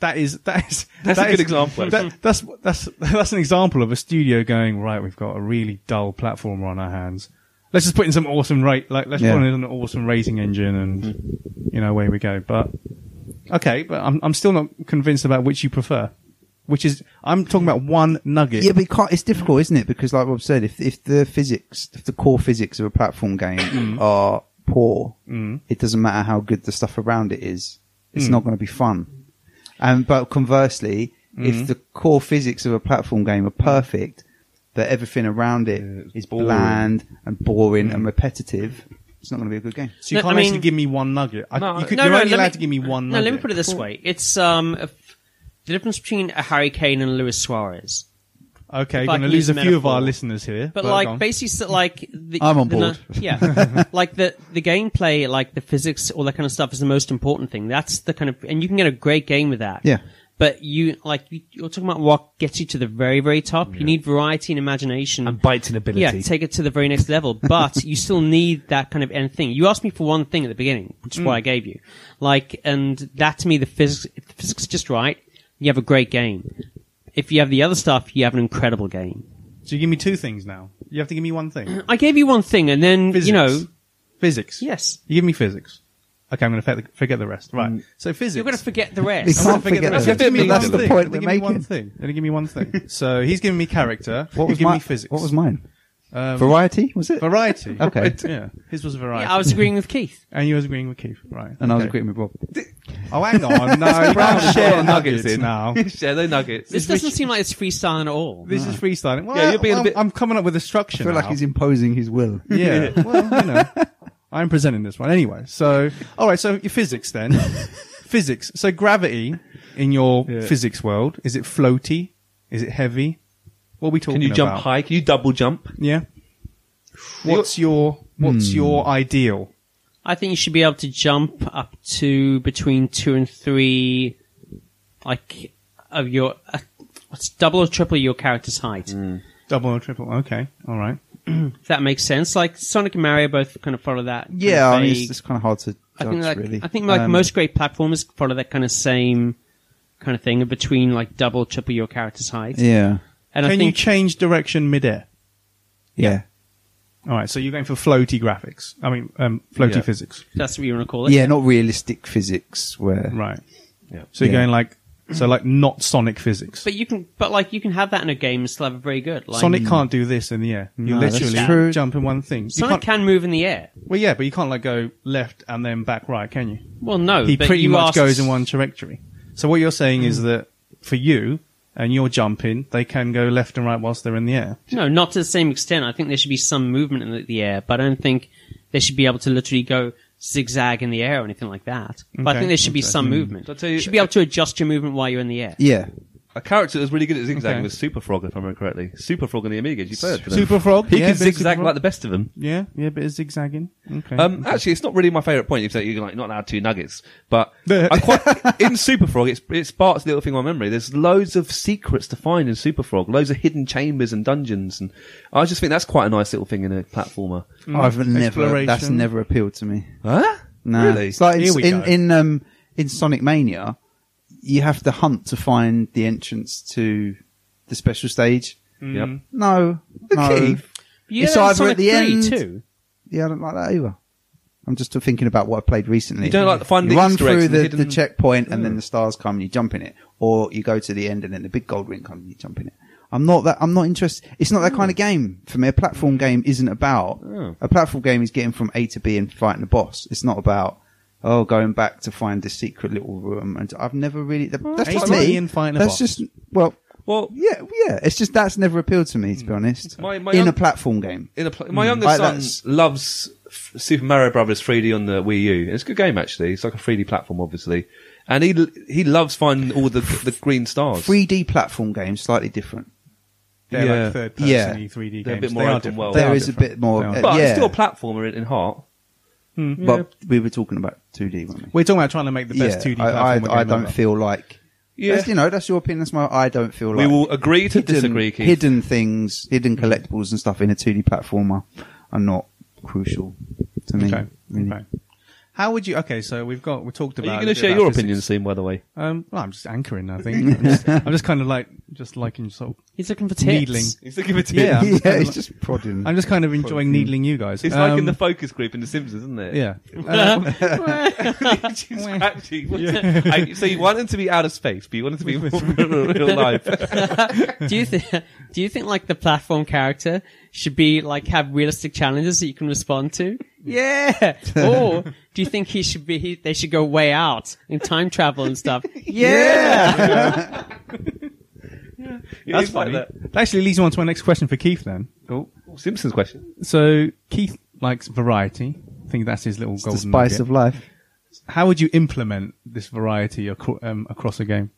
[SPEAKER 1] that is that is
[SPEAKER 4] *laughs* That's
[SPEAKER 1] that
[SPEAKER 4] a good
[SPEAKER 1] is-
[SPEAKER 4] example, actually.
[SPEAKER 1] that- that's that's that's an example of a studio going right. We've got a really dull platformer on our hands. Let's just put in some awesome rate. Like let's
[SPEAKER 2] Yeah.
[SPEAKER 1] put in an awesome racing engine, and
[SPEAKER 4] Mm-hmm.
[SPEAKER 1] you know away we go. But okay, but I'm I'm still not convinced about which you prefer. Which is I'm talking about one nugget.
[SPEAKER 2] Yeah, but you can't, it's difficult, isn't it? Because, like Rob said, if if the physics, if the core physics of a platform game are poor, it doesn't matter how good the stuff around it is. It's not going to be fun. And but conversely, if the core physics of a platform game are perfect, that everything around it is
[SPEAKER 4] it's boring.
[SPEAKER 2] bland and boring and repetitive, it's not going to be a good game.
[SPEAKER 1] so you
[SPEAKER 3] No,
[SPEAKER 1] can't
[SPEAKER 3] I mean-
[SPEAKER 1] actually give me one nugget. I,
[SPEAKER 4] No,
[SPEAKER 1] you could,
[SPEAKER 3] no,
[SPEAKER 1] you're
[SPEAKER 3] no,
[SPEAKER 1] only
[SPEAKER 3] let
[SPEAKER 1] allowed
[SPEAKER 3] me-
[SPEAKER 1] to give me one.
[SPEAKER 3] No,
[SPEAKER 1] nugget.
[SPEAKER 3] let me put it this way: it's um if- the difference between a Harry Kane and a Luis Suarez.
[SPEAKER 1] Okay,
[SPEAKER 3] if
[SPEAKER 1] we're
[SPEAKER 3] I
[SPEAKER 1] going to
[SPEAKER 3] can
[SPEAKER 1] lose
[SPEAKER 3] use
[SPEAKER 1] a few of
[SPEAKER 3] metaphor.
[SPEAKER 1] our listeners here.
[SPEAKER 3] But
[SPEAKER 1] go on.
[SPEAKER 3] like basically, so, like the,
[SPEAKER 2] I'm on
[SPEAKER 3] the
[SPEAKER 2] board. *laughs*
[SPEAKER 3] nu- yeah, like the the gameplay, like the physics, all that kind of stuff is the most important thing. That's the kind of, and you can get a great game with that.
[SPEAKER 2] Yeah.
[SPEAKER 3] But you like you, you're talking about what gets you to the very very top. You need variety and imagination
[SPEAKER 5] and biting ability.
[SPEAKER 3] Yeah, take it to the very
[SPEAKER 2] *laughs*
[SPEAKER 3] next level. But you still need that kind of end thing. You asked me for one thing at the beginning, which is what I gave you. Like, and that to me, the physics, if the physics is just right, you have a great game. If you have the other stuff, you have an incredible game.
[SPEAKER 1] so you give me two things now. You have to give me one thing.
[SPEAKER 3] I gave *clears throat* you one thing, and then
[SPEAKER 1] Physics.
[SPEAKER 3] you know,
[SPEAKER 1] physics.
[SPEAKER 3] yes,
[SPEAKER 1] You give me physics. Okay, I'm going to forget the, forget the rest. Right.
[SPEAKER 2] Mm.
[SPEAKER 1] So physics.
[SPEAKER 3] you're going to forget the
[SPEAKER 2] You
[SPEAKER 3] rest.
[SPEAKER 2] can't- forget
[SPEAKER 1] the
[SPEAKER 2] the
[SPEAKER 1] rest.
[SPEAKER 2] rest.
[SPEAKER 1] Give me
[SPEAKER 2] That's
[SPEAKER 1] one
[SPEAKER 2] the
[SPEAKER 1] thing.
[SPEAKER 2] point
[SPEAKER 1] They
[SPEAKER 2] we're
[SPEAKER 1] give me one
[SPEAKER 2] making.
[SPEAKER 1] thing. Then give me one thing. So he's giving me character.
[SPEAKER 2] What was
[SPEAKER 1] give
[SPEAKER 2] my
[SPEAKER 1] me physics?
[SPEAKER 2] What was mine?
[SPEAKER 1] Um,
[SPEAKER 2] Variety was it?
[SPEAKER 1] variety?
[SPEAKER 2] Okay.
[SPEAKER 1] *laughs* Yeah. His was variety.
[SPEAKER 3] Yeah, I was agreeing with Keith.
[SPEAKER 1] and you was agreeing with Keith, right?
[SPEAKER 2] and I was
[SPEAKER 1] Okay.
[SPEAKER 2] agreeing with Rob.
[SPEAKER 1] Oh, hang on. No, you can't share nuggets now.
[SPEAKER 4] Share their nuggets.
[SPEAKER 3] This doesn't seem like it's freestyling at all.
[SPEAKER 1] This is freestyling. Well,
[SPEAKER 4] Yeah, you're being a
[SPEAKER 1] I'm,
[SPEAKER 4] bit-
[SPEAKER 1] I'm coming up with a structure.
[SPEAKER 2] I feel like
[SPEAKER 1] now.
[SPEAKER 2] he's imposing his will.
[SPEAKER 1] Yeah. *laughs* well, you know, I'm presenting this one anyway. So, all right. So your physics then, physics. So gravity in your physics world is it floaty? Is it heavy? What are we talking
[SPEAKER 4] Can you
[SPEAKER 1] about?
[SPEAKER 4] jump high? Can you double jump?
[SPEAKER 1] Yeah. What's your What's your ideal?
[SPEAKER 3] I think you should be able to jump up to between two and three, like of your uh, what's double or triple your character's height.
[SPEAKER 2] Hmm.
[SPEAKER 1] Double or triple? Okay. All right.
[SPEAKER 3] If that makes sense, like Sonic and Mario both kind of follow that. kind
[SPEAKER 2] Yeah,
[SPEAKER 3] of
[SPEAKER 2] I mean,
[SPEAKER 3] vague-
[SPEAKER 2] it's, it's kind of hard to judge,
[SPEAKER 3] I think like
[SPEAKER 2] really.
[SPEAKER 3] I think like
[SPEAKER 2] Um,
[SPEAKER 3] most great platformers follow that kind of same kind of thing in between like double triple your character's height.
[SPEAKER 2] Yeah.
[SPEAKER 3] And I
[SPEAKER 1] Can you
[SPEAKER 3] think
[SPEAKER 1] change direction midair?
[SPEAKER 2] Yeah.
[SPEAKER 1] All right. So you're going for floaty graphics. I mean, um, floaty
[SPEAKER 4] Yeah.
[SPEAKER 1] physics.
[SPEAKER 3] that's what you want to call it.
[SPEAKER 2] Yeah, not realistic physics where
[SPEAKER 1] Right. Yeah. So you're
[SPEAKER 2] Yeah.
[SPEAKER 1] going like so like not Sonic physics.
[SPEAKER 3] But you can, but like you can have that in a game and still have a very good. Like,
[SPEAKER 1] Sonic can't do this in the air. You
[SPEAKER 2] No, that's
[SPEAKER 1] literally
[SPEAKER 2] true.
[SPEAKER 1] jump in one thing. You
[SPEAKER 3] Sonic
[SPEAKER 1] can't-
[SPEAKER 3] can move in the air.
[SPEAKER 1] Well, yeah, but you can't like go left and then back right, can you?
[SPEAKER 3] Well, no,
[SPEAKER 1] He
[SPEAKER 3] but
[SPEAKER 1] pretty
[SPEAKER 3] you
[SPEAKER 1] much
[SPEAKER 3] asked-
[SPEAKER 1] goes in one trajectory. So what you're saying is that for you and your jumping, they can go left and right whilst they're in the air.
[SPEAKER 3] No, not to the same extent. I think there should be some movement in the, the air, but I don't think they should be able to literally go zigzag in the air or anything like that.
[SPEAKER 1] Okay.
[SPEAKER 3] But
[SPEAKER 1] Hmm.
[SPEAKER 3] I think there should be some movement.
[SPEAKER 4] I'll tell you-
[SPEAKER 3] should be able to adjust your movement while you're in the air.
[SPEAKER 2] Yeah.
[SPEAKER 4] A character that was really good at zigzagging
[SPEAKER 1] Okay.
[SPEAKER 4] was Super Frog, if I remember correctly. Super Frog and the Amigas, you played. for them.
[SPEAKER 1] Super Frog,
[SPEAKER 4] He
[SPEAKER 1] yeah,
[SPEAKER 4] can
[SPEAKER 1] bit of
[SPEAKER 4] zigzag
[SPEAKER 1] Super
[SPEAKER 4] like
[SPEAKER 1] Frog.
[SPEAKER 4] the best of them.
[SPEAKER 1] Yeah, yeah, bit of zigzagging. Okay.
[SPEAKER 4] Um,
[SPEAKER 1] Okay.
[SPEAKER 4] actually, it's not really my favourite point. You've said you're like not allowed two nuggets,
[SPEAKER 1] *laughs*
[SPEAKER 4] but
[SPEAKER 1] Yeah.
[SPEAKER 4] I quite, in Super Frog, it's, it sparks a little thing in my memory. There's loads of secrets to find in Super Frog, loads of hidden chambers and dungeons, and I just think that's quite a nice little thing in a platformer.
[SPEAKER 2] I've never that's
[SPEAKER 1] Mm. Exploration.
[SPEAKER 2] never appealed to me.
[SPEAKER 4] Huh?
[SPEAKER 2] No.
[SPEAKER 4] Really?
[SPEAKER 2] It's like
[SPEAKER 1] Here
[SPEAKER 2] in,
[SPEAKER 1] we
[SPEAKER 2] in,
[SPEAKER 1] go.
[SPEAKER 2] in um in Sonic Mania, you have to hunt to find the entrance to the special stage.
[SPEAKER 4] Yep.
[SPEAKER 1] Mm.
[SPEAKER 2] No. No.
[SPEAKER 4] Keith.
[SPEAKER 3] You
[SPEAKER 2] It's
[SPEAKER 3] know,
[SPEAKER 2] either
[SPEAKER 3] Sonic
[SPEAKER 2] at the
[SPEAKER 3] 3
[SPEAKER 2] end-
[SPEAKER 3] too.
[SPEAKER 2] Yeah, I don't like that either. I'm just thinking about what I played recently.
[SPEAKER 4] You don't like the finding
[SPEAKER 2] You
[SPEAKER 4] the
[SPEAKER 2] run
[SPEAKER 4] Easter eggs
[SPEAKER 2] through
[SPEAKER 4] and
[SPEAKER 2] the,
[SPEAKER 4] hidden-
[SPEAKER 2] the checkpoint and
[SPEAKER 1] Hmm.
[SPEAKER 2] then the stars come and you jump in it, or you go to the end and then the big gold ring comes and you jump in it. I'm not that. I'm not interested. It's not that kind
[SPEAKER 1] Hmm.
[SPEAKER 2] of game for me. A platform game isn't about a platform game is getting from A to B and fighting a boss. It's not about oh going back to find this secret little room. And I've never really that, that's
[SPEAKER 1] A
[SPEAKER 2] just
[SPEAKER 1] to B
[SPEAKER 2] me.
[SPEAKER 1] and fighting a boss.
[SPEAKER 2] that's just well.
[SPEAKER 4] Well,
[SPEAKER 2] Yeah, yeah. It's just that's never appealed to me, to
[SPEAKER 1] Hmm.
[SPEAKER 2] be honest.
[SPEAKER 4] My- my
[SPEAKER 2] in
[SPEAKER 4] un-
[SPEAKER 2] a platform game,
[SPEAKER 4] In a pl- my youngest
[SPEAKER 2] Like
[SPEAKER 4] son
[SPEAKER 2] that's-
[SPEAKER 4] loves F- Super Mario Brothers 3D on the Wii U. It's a good game actually. It's like a 3D platform, obviously, and he l- he loves finding all the the green stars.
[SPEAKER 2] 3D platform game, slightly different.
[SPEAKER 1] They're
[SPEAKER 4] Yeah.
[SPEAKER 1] like third person
[SPEAKER 2] Yeah.
[SPEAKER 1] 3D
[SPEAKER 4] They're a
[SPEAKER 1] games.
[SPEAKER 4] bit more
[SPEAKER 1] they are
[SPEAKER 4] open
[SPEAKER 1] different.
[SPEAKER 4] world.
[SPEAKER 1] Oh, They
[SPEAKER 4] There
[SPEAKER 1] are
[SPEAKER 2] is a
[SPEAKER 1] different.
[SPEAKER 2] bit more,
[SPEAKER 1] They are.
[SPEAKER 2] uh,
[SPEAKER 4] But
[SPEAKER 2] Yeah.
[SPEAKER 4] it's still a platformer in, in heart.
[SPEAKER 2] But we were talking about 2D, weren't we?
[SPEAKER 1] Hmm. We're talking about trying to make the best 2D
[SPEAKER 2] I, I,
[SPEAKER 1] platformer
[SPEAKER 2] I
[SPEAKER 1] game
[SPEAKER 2] don't
[SPEAKER 1] ever.
[SPEAKER 2] feel like.
[SPEAKER 4] Yeah.
[SPEAKER 2] That's, you know, that's your opinion. That's my. I don't feel
[SPEAKER 4] We
[SPEAKER 2] like.
[SPEAKER 4] will agree to
[SPEAKER 2] hidden,
[SPEAKER 4] disagree, Keith.
[SPEAKER 2] Hidden things, hidden collectibles and stuff in a 2D platformer are not crucial to me.
[SPEAKER 1] Okay.
[SPEAKER 2] really.
[SPEAKER 1] okay. How would you? Okay, so we've got we talked
[SPEAKER 4] Are
[SPEAKER 1] about.
[SPEAKER 4] you
[SPEAKER 1] a
[SPEAKER 4] going to
[SPEAKER 1] bit
[SPEAKER 4] share
[SPEAKER 1] about
[SPEAKER 4] your
[SPEAKER 1] physics.
[SPEAKER 4] opinions, Seam, by the way?
[SPEAKER 1] Um, well, I'm just anchoring. I *laughs* think I'm just, I'm just kind of like just liking sort of
[SPEAKER 3] He's looking for tips.
[SPEAKER 1] needling.
[SPEAKER 4] He's looking
[SPEAKER 1] *laughs*
[SPEAKER 4] for
[SPEAKER 1] Yeah. *laughs*
[SPEAKER 2] Yeah,
[SPEAKER 1] I'm just kinda
[SPEAKER 2] it's
[SPEAKER 1] like-
[SPEAKER 2] just prodding.
[SPEAKER 1] I'm just kind of enjoying needling you guys.
[SPEAKER 4] *laughs* It's like in
[SPEAKER 1] Um,
[SPEAKER 4] the focus group in The Simpsons, isn't
[SPEAKER 1] *laughs*
[SPEAKER 4] it?
[SPEAKER 1] yeah. Uh,
[SPEAKER 4] She's scratching. I- so you want them to be out of space, but you want them to be more *laughs* real life.
[SPEAKER 3] do you think? *laughs* Do you think like the platform character should be like have realistic challenges that you can respond to?
[SPEAKER 1] *laughs*
[SPEAKER 3] Yeah. or do you think he should be? He, they should go way out in time travel
[SPEAKER 1] *laughs*
[SPEAKER 3] and stuff. Yeah.
[SPEAKER 4] Yeah,
[SPEAKER 1] That's
[SPEAKER 4] it's
[SPEAKER 1] funny.
[SPEAKER 4] like
[SPEAKER 1] That actually leads on to our next question for Keith then.
[SPEAKER 4] that. Oh, Simpsons question.
[SPEAKER 1] So Keith likes variety. I think that's his little
[SPEAKER 2] the
[SPEAKER 1] golden
[SPEAKER 2] spice
[SPEAKER 1] nugget.
[SPEAKER 2] of life.
[SPEAKER 1] How would you implement this variety acro- um, across a game?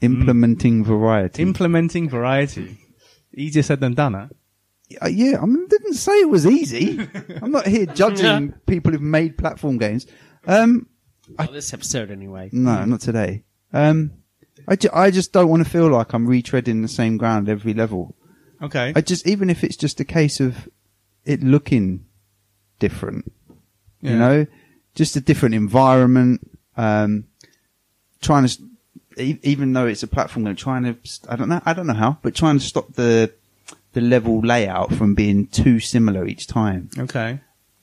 [SPEAKER 2] Implementing
[SPEAKER 1] Hmm.
[SPEAKER 2] variety.
[SPEAKER 1] Implementing variety. Easier said than done, huh?
[SPEAKER 2] Uh, yeah, I mean, didn't say it was easy. I'm not here judging people who've made platform games. Um,
[SPEAKER 3] Well, Oh, this episode anyway.
[SPEAKER 4] Hmm.
[SPEAKER 2] No, not today. Um, I, ju- I just don't want to feel like I'm retreading the same ground every level.
[SPEAKER 1] Okay.
[SPEAKER 2] I just, even if it's just a case of it looking different,
[SPEAKER 1] Yeah.
[SPEAKER 2] you know, just a different environment, um, trying to, s- e- even though it's a platform, game, trying to, st- I don't know, I don't know how, but trying to stop the, the level layout from being too similar each time.
[SPEAKER 1] okay.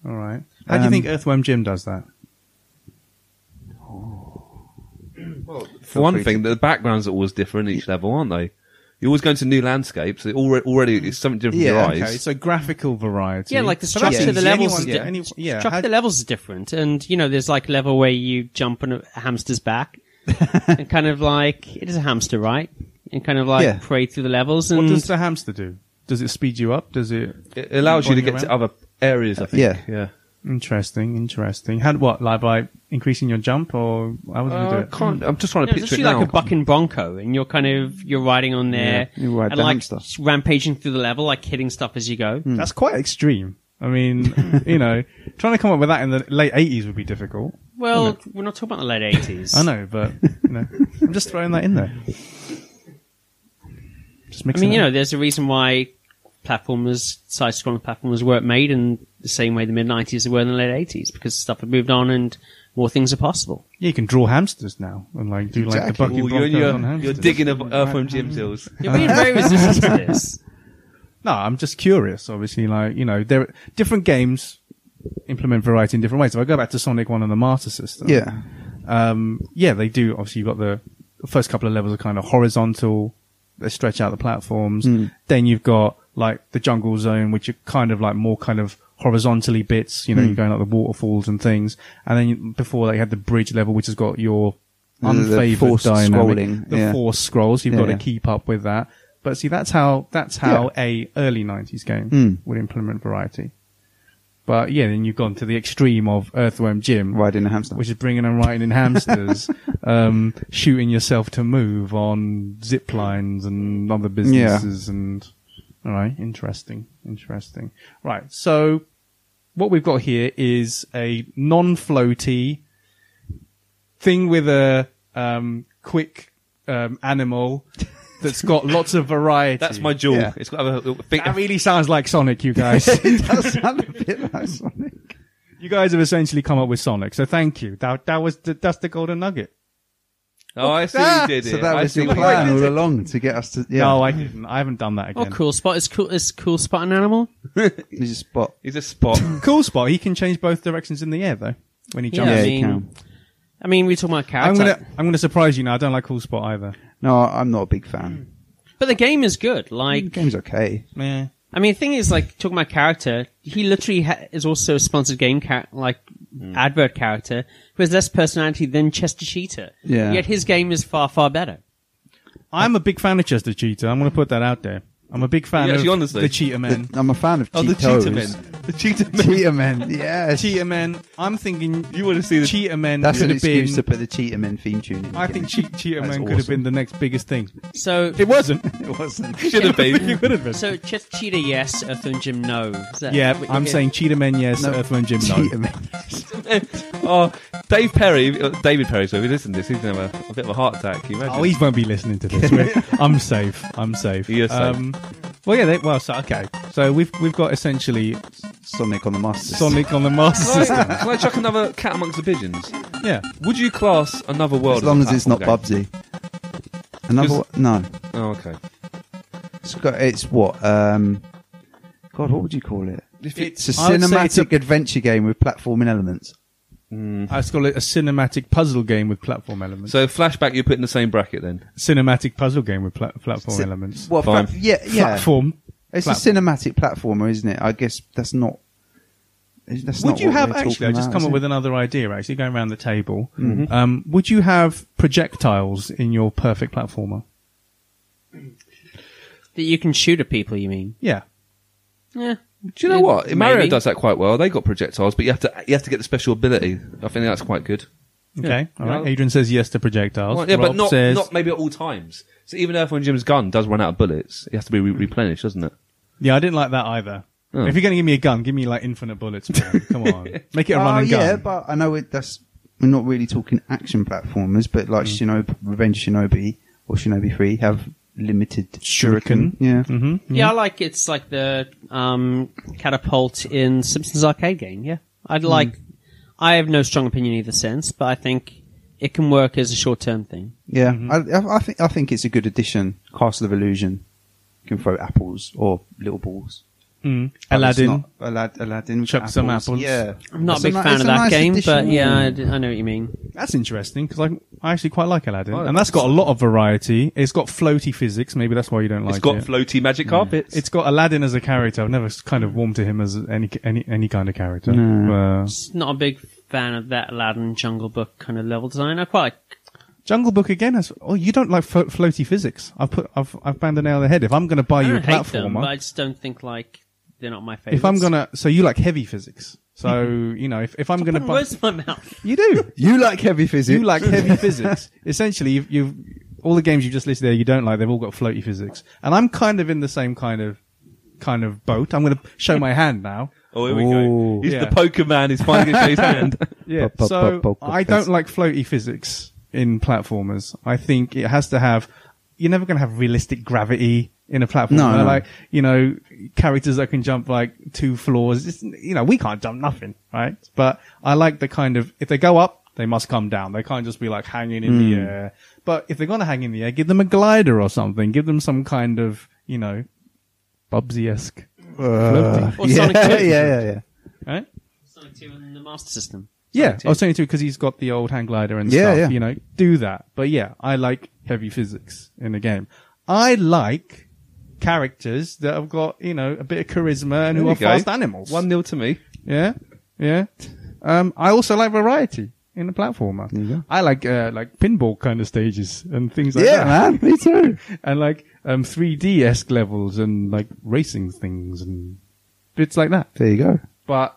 [SPEAKER 1] All right. How do you
[SPEAKER 2] Um,
[SPEAKER 1] think Earthworm Jim does that?
[SPEAKER 4] For one thing, the backgrounds are always different each level, aren't they? You're always going to new landscapes. It already, already it's something different
[SPEAKER 2] Yeah,
[SPEAKER 4] in your
[SPEAKER 1] Okay,
[SPEAKER 4] eyes.
[SPEAKER 1] so graphical variety.
[SPEAKER 3] Yeah, like the
[SPEAKER 1] So that's
[SPEAKER 3] structure of the
[SPEAKER 1] easy.
[SPEAKER 3] levels.
[SPEAKER 1] Anyone-
[SPEAKER 3] is
[SPEAKER 1] yeah,
[SPEAKER 3] di-
[SPEAKER 1] any- E. yeah,
[SPEAKER 3] structure
[SPEAKER 1] how-
[SPEAKER 3] of the levels is different, and you know, there's like a level where you jump on a
[SPEAKER 1] *laughs*
[SPEAKER 3] hamster's back, and kind of like it is a hamster, right? And kind of like
[SPEAKER 2] Yeah.
[SPEAKER 3] pray through the levels,
[SPEAKER 1] What
[SPEAKER 3] and
[SPEAKER 1] does the hamster do? Does it speed you up? Does it?
[SPEAKER 4] It allows you to
[SPEAKER 1] Going
[SPEAKER 4] get to
[SPEAKER 1] around?
[SPEAKER 4] other areas, I think.
[SPEAKER 2] Yeah.
[SPEAKER 4] yeah.
[SPEAKER 1] Interesting, interesting. How what like by increasing your jump or how would you do
[SPEAKER 4] Uh,
[SPEAKER 1] it? Hmm.
[SPEAKER 4] can't, I'm just trying to
[SPEAKER 3] No, it's
[SPEAKER 4] picture it
[SPEAKER 3] actually
[SPEAKER 4] now.
[SPEAKER 3] like a bucking bronco, and you're kind of you're riding on there
[SPEAKER 2] you ride
[SPEAKER 3] and
[SPEAKER 2] the
[SPEAKER 3] like
[SPEAKER 2] hamster.
[SPEAKER 3] rampaging through the level, like hitting stuff as you go.
[SPEAKER 1] That's quite extreme. I mean, *laughs* you know, trying to come up with that in the late eighties would be difficult.
[SPEAKER 3] Well, we're not talking about the late
[SPEAKER 1] *laughs*
[SPEAKER 3] eighties.
[SPEAKER 1] I know, but you know, I'm just throwing that in there. Just
[SPEAKER 3] I
[SPEAKER 1] mixing.
[SPEAKER 3] mean, you
[SPEAKER 1] it
[SPEAKER 3] know,
[SPEAKER 1] up.
[SPEAKER 3] there's a reason why platformers, side-scrolling platformers, weren't made in the same way the mid nineties were in the late eighties because stuff had moved on and more things are possible.
[SPEAKER 1] yeah, you can draw hamsters now and like do like
[SPEAKER 2] Exactly.
[SPEAKER 1] the
[SPEAKER 4] Ooh,
[SPEAKER 1] bucking
[SPEAKER 4] you're,
[SPEAKER 1] broncos on
[SPEAKER 4] you're,
[SPEAKER 1] hamsters.
[SPEAKER 4] you're digging up Earthworm Jim's hills.
[SPEAKER 3] You're being very resistant to this.
[SPEAKER 1] No, I'm just curious. Obviously, like you know, there different games implement variety in different ways. If I go back to Sonic One and the Master System,
[SPEAKER 2] Yeah.
[SPEAKER 1] um, yeah, they do. Obviously, you've got the the first couple of levels are kind of horizontal. They stretch out the platforms.
[SPEAKER 2] Hmm.
[SPEAKER 1] Then you've got like the jungle zone, which are kind of like more kind of horizontally bits.
[SPEAKER 2] Hmm.
[SPEAKER 1] You know, you're going up the waterfalls and things. And then you, before that, you had the bridge level, which has got your
[SPEAKER 2] The- the
[SPEAKER 1] unfavored
[SPEAKER 2] forced
[SPEAKER 1] dynamic,
[SPEAKER 2] scrolling,
[SPEAKER 1] the
[SPEAKER 2] yeah.
[SPEAKER 1] force scrolls. You've
[SPEAKER 2] Yeah,
[SPEAKER 1] got to
[SPEAKER 2] yeah.
[SPEAKER 1] keep up with that. But see, that's how that's how a early '90s game
[SPEAKER 2] Mm.
[SPEAKER 1] would implement variety. But yeah, then you've gone to the extreme of Earthworm Jim,
[SPEAKER 2] Riding a hamster.
[SPEAKER 1] which
[SPEAKER 2] *laughs*
[SPEAKER 1] is bringing and riding in hamsters, um, shooting yourself to move on zip lines and other businesses and all right, interesting, interesting. Right, so what we've got here is a non-floaty thing with a um, quick um, animal that's got lots of variety.
[SPEAKER 4] That's my jewel.
[SPEAKER 2] Yeah.
[SPEAKER 4] It's got a, a, thing-
[SPEAKER 1] That really sounds like Sonic, you
[SPEAKER 2] *laughs*
[SPEAKER 1] guys.
[SPEAKER 2] it does sound a bit like Sonic.
[SPEAKER 1] you guys have essentially come up with Sonic, so thank you. That that was the, that's the golden nugget.
[SPEAKER 4] Oh, I see
[SPEAKER 1] Ah,
[SPEAKER 4] you did it.
[SPEAKER 2] So that
[SPEAKER 4] I
[SPEAKER 2] was
[SPEAKER 4] see
[SPEAKER 2] your
[SPEAKER 4] what you
[SPEAKER 2] plan
[SPEAKER 4] did.
[SPEAKER 2] all along to get us to. Yeah,
[SPEAKER 1] No, I didn't. I haven't done that
[SPEAKER 3] Oh,
[SPEAKER 1] again.
[SPEAKER 3] cool spot is cool. Is cool spot an animal?
[SPEAKER 2] you just spot.
[SPEAKER 4] He's a spot.
[SPEAKER 1] Cool spot. He can change both directions in the air though when he
[SPEAKER 3] Yeah,
[SPEAKER 1] jumps.
[SPEAKER 3] I
[SPEAKER 2] Yeah, you
[SPEAKER 3] mean,
[SPEAKER 2] can.
[SPEAKER 3] I mean, we're talking about
[SPEAKER 1] I'm
[SPEAKER 3] character,
[SPEAKER 1] gonna I'm gonna surprise you now. I don't like Cool Spot either.
[SPEAKER 2] No, I'm not a big fan.
[SPEAKER 3] but the game is good. Like,
[SPEAKER 2] The game's okay.
[SPEAKER 1] Yeah.
[SPEAKER 3] I mean, the thing is, like, talking about character, he literally ha- is also a sponsored game, char- like,
[SPEAKER 1] Hmm.
[SPEAKER 3] advert character who has less personality than Chester Cheetah.
[SPEAKER 2] Yeah.
[SPEAKER 3] Yet his game is far, far better.
[SPEAKER 1] I'm a big fan of Chester Cheetah. I'm gonna put that out there. I'm a big fan
[SPEAKER 4] Yeah,
[SPEAKER 1] of
[SPEAKER 4] actually, honestly.
[SPEAKER 1] the Cheetah Men. *laughs*
[SPEAKER 2] The- I'm a fan of
[SPEAKER 4] Oh, the
[SPEAKER 2] Cheetos.
[SPEAKER 4] cheetah men. The cheetah men.
[SPEAKER 2] Cheetah men, yeah.
[SPEAKER 1] Cheetah Men. I'm thinking
[SPEAKER 4] You want to see the
[SPEAKER 1] Cheetah Men.
[SPEAKER 2] That's
[SPEAKER 1] could
[SPEAKER 2] an
[SPEAKER 1] have been,
[SPEAKER 2] excuse to put the Cheetah Men theme tune. In
[SPEAKER 1] I think che- Cheetah Men
[SPEAKER 2] That's
[SPEAKER 1] could have
[SPEAKER 2] awesome.
[SPEAKER 1] been the next biggest thing.
[SPEAKER 3] So,
[SPEAKER 1] It
[SPEAKER 2] *laughs*
[SPEAKER 1] wasn't.
[SPEAKER 2] it wasn't.
[SPEAKER 4] should have
[SPEAKER 2] *laughs*
[SPEAKER 4] been. *laughs*
[SPEAKER 1] it could have been.
[SPEAKER 3] so Ch- Cheetah, yes. Earthworm Jim, no. Is that
[SPEAKER 1] yeah,
[SPEAKER 3] what you
[SPEAKER 1] I'm
[SPEAKER 3] get?
[SPEAKER 1] saying Cheetah Men yes,
[SPEAKER 2] No.
[SPEAKER 1] Earthworm Jim no.
[SPEAKER 2] Cheetah men.
[SPEAKER 4] oh, Dave Perry, uh, David Perry. So if you listen to this, he's gonna have a, a bit of a heart attack. Can you imagine?
[SPEAKER 1] Oh, he won't be listening to this.
[SPEAKER 4] *laughs*
[SPEAKER 1] We're- I'm safe. I'm safe. Um,
[SPEAKER 4] You're safe.
[SPEAKER 1] well, yeah. They, well, so okay. So we've we've got essentially
[SPEAKER 2] Sonic on the Masters.
[SPEAKER 1] Sonic on the Master
[SPEAKER 2] Oh,
[SPEAKER 4] Can I,
[SPEAKER 1] System.
[SPEAKER 4] can I chuck another cat amongst the pigeons?
[SPEAKER 1] Yeah.
[SPEAKER 4] Would you class another world
[SPEAKER 2] As long
[SPEAKER 4] a
[SPEAKER 2] as it's not
[SPEAKER 4] platform
[SPEAKER 2] Bubsy. Another one?
[SPEAKER 4] Just-
[SPEAKER 2] No.
[SPEAKER 4] game? Oh, okay.
[SPEAKER 2] It's, got, it's what? Um, God, what would you call it? It's a
[SPEAKER 1] I would say it's a-
[SPEAKER 2] cinematic adventure game with platforming elements.
[SPEAKER 1] I call it a cinematic puzzle game with platform elements.
[SPEAKER 4] Mm-hmm. So flashback, you put in the same bracket then.
[SPEAKER 1] cinematic puzzle game with pla- platform
[SPEAKER 2] Ci-
[SPEAKER 1] elements.
[SPEAKER 2] Well,
[SPEAKER 4] Fine.
[SPEAKER 2] pla- yeah, yeah.
[SPEAKER 1] Platform.
[SPEAKER 2] It's
[SPEAKER 1] platform.
[SPEAKER 2] a cinematic platformer, isn't it? I guess that's not. That's
[SPEAKER 1] Would
[SPEAKER 2] not
[SPEAKER 1] you
[SPEAKER 2] what
[SPEAKER 1] have
[SPEAKER 2] we're
[SPEAKER 1] actually?
[SPEAKER 2] talking
[SPEAKER 1] I just
[SPEAKER 2] about,
[SPEAKER 1] come
[SPEAKER 2] is
[SPEAKER 1] up
[SPEAKER 2] it?
[SPEAKER 1] with another idea. Actually, going around the table,
[SPEAKER 4] Mm-hmm.
[SPEAKER 1] um, would you have projectiles in your perfect platformer?
[SPEAKER 3] That you can shoot at people, you mean?
[SPEAKER 1] Yeah.
[SPEAKER 3] Yeah.
[SPEAKER 4] Do you know
[SPEAKER 2] Mm,
[SPEAKER 3] Yeah,
[SPEAKER 4] what Mario
[SPEAKER 3] maybe.
[SPEAKER 4] does that quite well? They got projectiles, but you have to you have to get the special ability. I think that's quite good.
[SPEAKER 1] Okay. All right.
[SPEAKER 4] Yeah.
[SPEAKER 1] Adrian says yes to projectiles.
[SPEAKER 4] Well, yeah, but
[SPEAKER 1] Rob
[SPEAKER 4] not
[SPEAKER 1] says-
[SPEAKER 4] not maybe at all times. So even Earthworm Jim's gun does run out of bullets. It has to be re- replenished, doesn't it?
[SPEAKER 1] Yeah, I didn't like that either.
[SPEAKER 4] Oh.
[SPEAKER 1] If you're going to give me a gun, give me like infinite bullets.
[SPEAKER 2] *laughs*
[SPEAKER 1] Man. Come on, make it a
[SPEAKER 2] Oh,
[SPEAKER 1] run and
[SPEAKER 2] yeah,
[SPEAKER 1] gun.
[SPEAKER 2] but I know it, that's we're not really talking action platformers, but like
[SPEAKER 1] Mm.
[SPEAKER 2] Shinobi, Revenge of Shinobi or Shinobi Three have limited
[SPEAKER 1] Shuriken.
[SPEAKER 2] Yeah,
[SPEAKER 1] Mm-hmm.
[SPEAKER 3] Yeah, I like it's like the um, catapult in Simpsons arcade game. Yeah,
[SPEAKER 1] Hmm.
[SPEAKER 3] I'd like. I have no strong opinion in either sense, but I think it can work as a short term thing.
[SPEAKER 2] yeah.
[SPEAKER 1] Mm-hmm.
[SPEAKER 2] I, I, I think I think it's a good addition. Castle of Illusion you can throw apples or little balls.
[SPEAKER 1] Mm.
[SPEAKER 2] But it's
[SPEAKER 1] Aladdin.
[SPEAKER 2] not- Alad, Aladdin. with
[SPEAKER 1] Chuck some apples.
[SPEAKER 2] Yeah,
[SPEAKER 3] I'm not
[SPEAKER 2] It's
[SPEAKER 3] a big
[SPEAKER 2] ni-
[SPEAKER 3] fan
[SPEAKER 2] it's
[SPEAKER 3] of
[SPEAKER 2] a
[SPEAKER 3] that
[SPEAKER 2] nice
[SPEAKER 3] game, but
[SPEAKER 2] addition.
[SPEAKER 3] yeah, I, d- I know what you mean.
[SPEAKER 1] That's interesting because I, I actually quite like Aladdin,
[SPEAKER 4] Oh,
[SPEAKER 1] and that's got a lot of variety. It's got floaty physics. Maybe that's why you don't like
[SPEAKER 4] it's got
[SPEAKER 1] it.
[SPEAKER 4] floaty magic carpets.
[SPEAKER 1] it's got Aladdin as a character. I've never s- kind of warmed to him as any any any kind of character. Uh,
[SPEAKER 3] Just not a big fan of that Aladdin Jungle Book kind of level design. I quite like
[SPEAKER 1] Jungle Book again has. Oh, you don't like flo- floaty physics? I've put I've I've banged the nail on the head. If I'm going to buy
[SPEAKER 3] I
[SPEAKER 1] you a
[SPEAKER 3] don't hate them, but
[SPEAKER 1] platformer,
[SPEAKER 3] I just don't think like they're not my favorite.
[SPEAKER 1] if I'm gonna, so you like heavy physics.
[SPEAKER 3] *laughs*
[SPEAKER 1] So you know, if if I'm going to buy,
[SPEAKER 3] words in my
[SPEAKER 1] *laughs*
[SPEAKER 3] mouth.
[SPEAKER 1] you do.
[SPEAKER 2] You like heavy physics.
[SPEAKER 1] you like heavy physics. Essentially, you've, you've all the games you have just listed there you don't like. They've all got floaty physics, and I'm kind of in the same kind of kind of boat. I'm going to show my hand now.
[SPEAKER 4] oh, here we
[SPEAKER 2] Ooh.
[SPEAKER 4] go. He's
[SPEAKER 1] Yeah.
[SPEAKER 4] the poker man. He's
[SPEAKER 1] *laughs*
[SPEAKER 4] finally going to his hand.
[SPEAKER 1] Yeah.
[SPEAKER 2] Pop, pop,
[SPEAKER 1] so
[SPEAKER 2] pop, pop, pop,
[SPEAKER 1] I
[SPEAKER 2] yes.
[SPEAKER 1] don't like floaty physics in platformers. I think it has to have. You're never going to have realistic gravity in a platformer.
[SPEAKER 2] No, no.
[SPEAKER 1] Like you know, characters that can jump like two floors. It's, you know, we can't jump nothing, right? But I like the kind of if they go up, they must come down. They can't just be like hanging in
[SPEAKER 2] Hmm.
[SPEAKER 1] the air. But if they're going to hang in the air, give them a glider or something. Give them some kind of you know, Bubsy esque,
[SPEAKER 2] Uh,
[SPEAKER 3] Or
[SPEAKER 2] yeah,
[SPEAKER 3] Sonic
[SPEAKER 2] yeah,
[SPEAKER 3] 2.
[SPEAKER 2] yeah, yeah.
[SPEAKER 1] right?
[SPEAKER 3] Sonic 2 and the Master System.
[SPEAKER 1] Yeah, I was saying too because he's got the old hand glider and
[SPEAKER 2] Yeah,
[SPEAKER 1] stuff.
[SPEAKER 2] yeah.
[SPEAKER 1] You know, do that. But yeah, I like heavy physics in a game. I like characters that have got you know a bit of charisma and who
[SPEAKER 4] There
[SPEAKER 1] are
[SPEAKER 4] you go.
[SPEAKER 1] fast animals.
[SPEAKER 4] One nil to me.
[SPEAKER 1] Yeah, yeah. Um, I also like variety in the platformer.
[SPEAKER 2] you go.
[SPEAKER 1] I like uh, like pinball kind of stages and things like
[SPEAKER 2] Yeah,
[SPEAKER 1] that
[SPEAKER 2] man, me too.
[SPEAKER 1] *laughs* and like um 3D esque levels and like racing things and bits like that
[SPEAKER 2] There you go.
[SPEAKER 1] but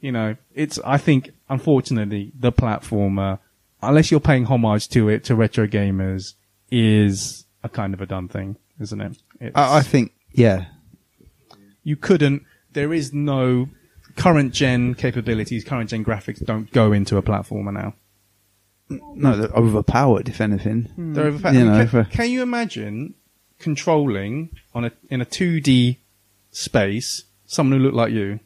[SPEAKER 1] you know, it's I think unfortunately the platformer, unless you're paying homage to it to retro gamers, is a kind of a done thing, isn't it? It's,
[SPEAKER 2] I, I think, yeah,
[SPEAKER 1] you couldn't. There is no current gen capabilities. Current gen graphics don't go into a platformer now.
[SPEAKER 2] no, they're overpowered. If anything,
[SPEAKER 1] They're over-
[SPEAKER 2] You know,
[SPEAKER 1] can,
[SPEAKER 2] for-
[SPEAKER 1] can you imagine controlling on a in a 2D space someone who looked like
[SPEAKER 2] *laughs*
[SPEAKER 1] you?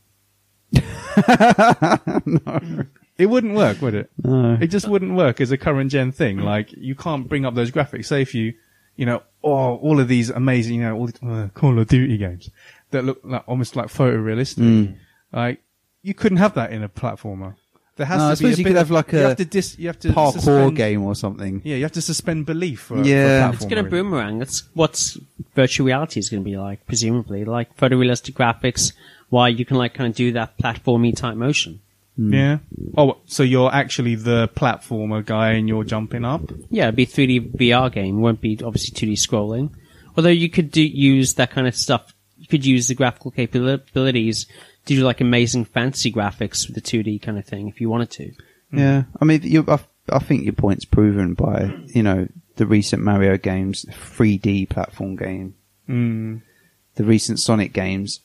[SPEAKER 1] It wouldn't work, would it?
[SPEAKER 2] No.
[SPEAKER 1] It just wouldn't work as a current gen thing. Like you can't bring up those graphics. Say if you, you know, oh, all of these amazing, you know, all the uh, Call of Duty games that look like almost like photorealistic. Like you couldn't have that in a platformer. There has
[SPEAKER 2] Hmm.
[SPEAKER 1] to
[SPEAKER 2] No, I
[SPEAKER 1] be
[SPEAKER 2] suppose
[SPEAKER 1] a
[SPEAKER 2] you
[SPEAKER 1] bit
[SPEAKER 2] could
[SPEAKER 1] of-
[SPEAKER 2] have like
[SPEAKER 1] you
[SPEAKER 2] a
[SPEAKER 1] have to dis, you have to
[SPEAKER 2] parkour
[SPEAKER 1] suspend-
[SPEAKER 2] game or something.
[SPEAKER 1] Yeah, you have to suspend belief. For,
[SPEAKER 2] Yeah.
[SPEAKER 1] for
[SPEAKER 3] It's
[SPEAKER 1] platformering.
[SPEAKER 3] going to boomerang. That's what's virtual reality is going to be like, presumably, like photorealistic graphics, why you can like kind of do that platformy type motion.
[SPEAKER 1] Yeah. Oh, so you're actually the platformer guy and you're jumping up.
[SPEAKER 3] Yeah, it'd be 3D VR game. Won't be obviously 2D scrolling. Although you could do use that kind of stuff. You could use the graphical capabilities to do like amazing fancy graphics with the 2D kind of thing if you wanted to.
[SPEAKER 1] Mm.
[SPEAKER 2] Yeah, I mean, you, I, I think your point's proven by you know the recent Mario games, the 3D platform game,
[SPEAKER 1] Mm.
[SPEAKER 2] the recent Sonic games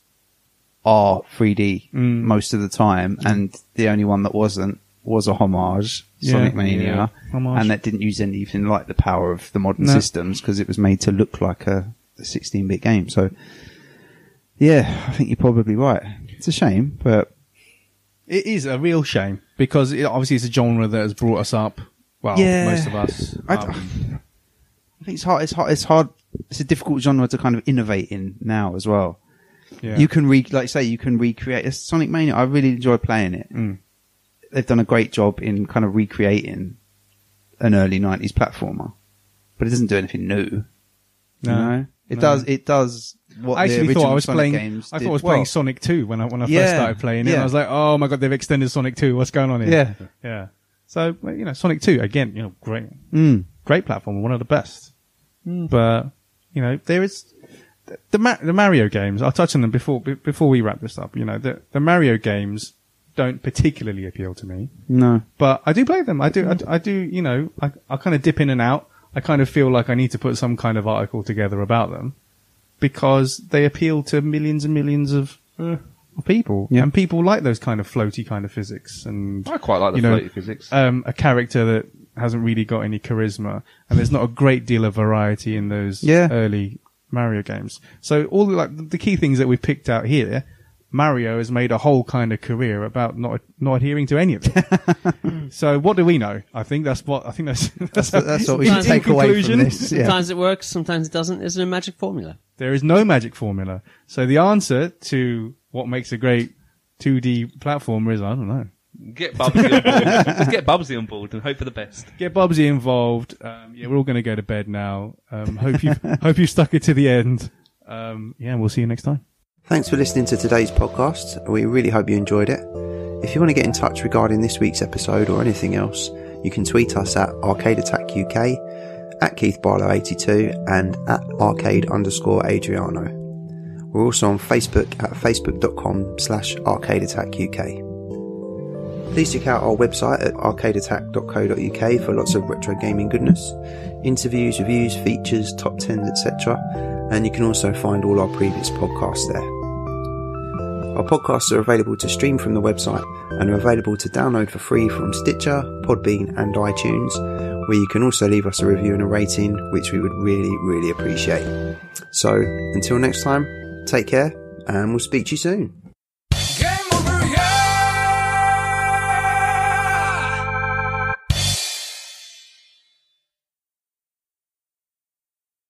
[SPEAKER 2] are 3D
[SPEAKER 1] Mm.
[SPEAKER 2] most of the time, and the only one that wasn't was a homage,
[SPEAKER 1] Yeah.
[SPEAKER 2] Sonic Mania,
[SPEAKER 1] Yeah. Homage.
[SPEAKER 2] and that didn't use anything like the power of the modern
[SPEAKER 1] No.
[SPEAKER 2] systems because it was made to look like a 16-bit game. So, yeah, I think you're probably right. It's a shame, but
[SPEAKER 1] It is a real shame because it, obviously it's a genre that has brought us up. Well,
[SPEAKER 2] Yeah.
[SPEAKER 1] most of us.
[SPEAKER 2] I d- *sighs*
[SPEAKER 1] um,
[SPEAKER 2] I think it's hard. It's hard. It's hard. It's a difficult genre to kind of innovate in now as well.
[SPEAKER 1] yeah.
[SPEAKER 2] You can re, like you say, you can recreate it's Sonic Mania. I really enjoy playing it.
[SPEAKER 1] Mm.
[SPEAKER 2] They've done a great job in kind of recreating an early '90s platformer, but it doesn't do anything new.
[SPEAKER 1] No.
[SPEAKER 2] you know? it
[SPEAKER 1] No.
[SPEAKER 2] does. It does what
[SPEAKER 1] I
[SPEAKER 2] the
[SPEAKER 1] actually
[SPEAKER 2] original
[SPEAKER 1] thought I was
[SPEAKER 2] Sonic
[SPEAKER 1] playing.
[SPEAKER 2] games
[SPEAKER 1] I
[SPEAKER 2] did
[SPEAKER 1] thought I was
[SPEAKER 2] well.
[SPEAKER 1] playing Sonic Two when I when I first
[SPEAKER 2] Yeah.
[SPEAKER 1] started playing it. and
[SPEAKER 2] Yeah.
[SPEAKER 1] I was like, oh my god, they've extended Sonic Two. What's going on here?
[SPEAKER 2] Yeah.
[SPEAKER 1] yeah. So well, you know, Sonic Two again. You know, great,
[SPEAKER 2] Mm.
[SPEAKER 1] great platform, one of the best. But you know, there is the Ma- the Mario games. I'll touch on them before be- before we wrap this up. You know, the the Mario games don't particularly appeal to me
[SPEAKER 2] No,
[SPEAKER 1] but I do play them. I
[SPEAKER 2] Mm.
[SPEAKER 1] do, I, I do, you know, I, I kind of dip in and out. I kind of feel like I need to put some kind of article together about them because they appeal to millions and millions of, uh, of people.
[SPEAKER 2] Yeah.
[SPEAKER 1] And people like those kind of floaty kind of physics. And
[SPEAKER 4] I quite like the
[SPEAKER 1] you know,
[SPEAKER 4] floaty physics.
[SPEAKER 1] Um, a character that hasn't really got any charisma, and there's not a great deal of variety in those
[SPEAKER 2] Yeah.
[SPEAKER 1] early Mario games. So all the, like the key things that we picked out here, Mario has made a whole kind of career about not not adhering to any of it. so what do we know? I think that's what I think that's *laughs* that's,
[SPEAKER 2] that's what we
[SPEAKER 1] in-
[SPEAKER 2] should
[SPEAKER 1] in
[SPEAKER 2] take away from
[SPEAKER 1] conclusion,
[SPEAKER 2] this. Yeah.
[SPEAKER 3] Sometimes it works, sometimes it doesn't. There's no magic formula.
[SPEAKER 1] There is no magic formula. So the answer to what makes a great 2D platformer is I don't know.
[SPEAKER 4] Get Bubsy
[SPEAKER 1] *laughs*
[SPEAKER 4] on board. Just get Bubsy on board and hope for the best.
[SPEAKER 1] get Bubsy involved. Um, yeah, we're all going to go to bed now. Um, hope you *laughs* hope you stuck it to the end. Um, yeah, we'll see you next time.
[SPEAKER 5] Thanks for listening to today's podcast. We really hope you enjoyed it. If you want to get in touch regarding this week's episode or anything else, you can tweet us at Arcade Attack UK, at Keith Barlow 82, and at arcade underscore Adriano. We're also on Facebook at facebook.com slash arcade attack UK. Please check out our website at arcadeattack.co.uk for lots of retro gaming goodness, interviews, reviews, features, top 10s, etc. And you can also find all our previous podcasts there. Our podcasts are available to stream from the website and are available to download for free from Stitcher, Podbean, and iTunes, where you can also leave us a review and a rating, which we would really, really appreciate. So, until next time, take care, and we'll speak to you soon.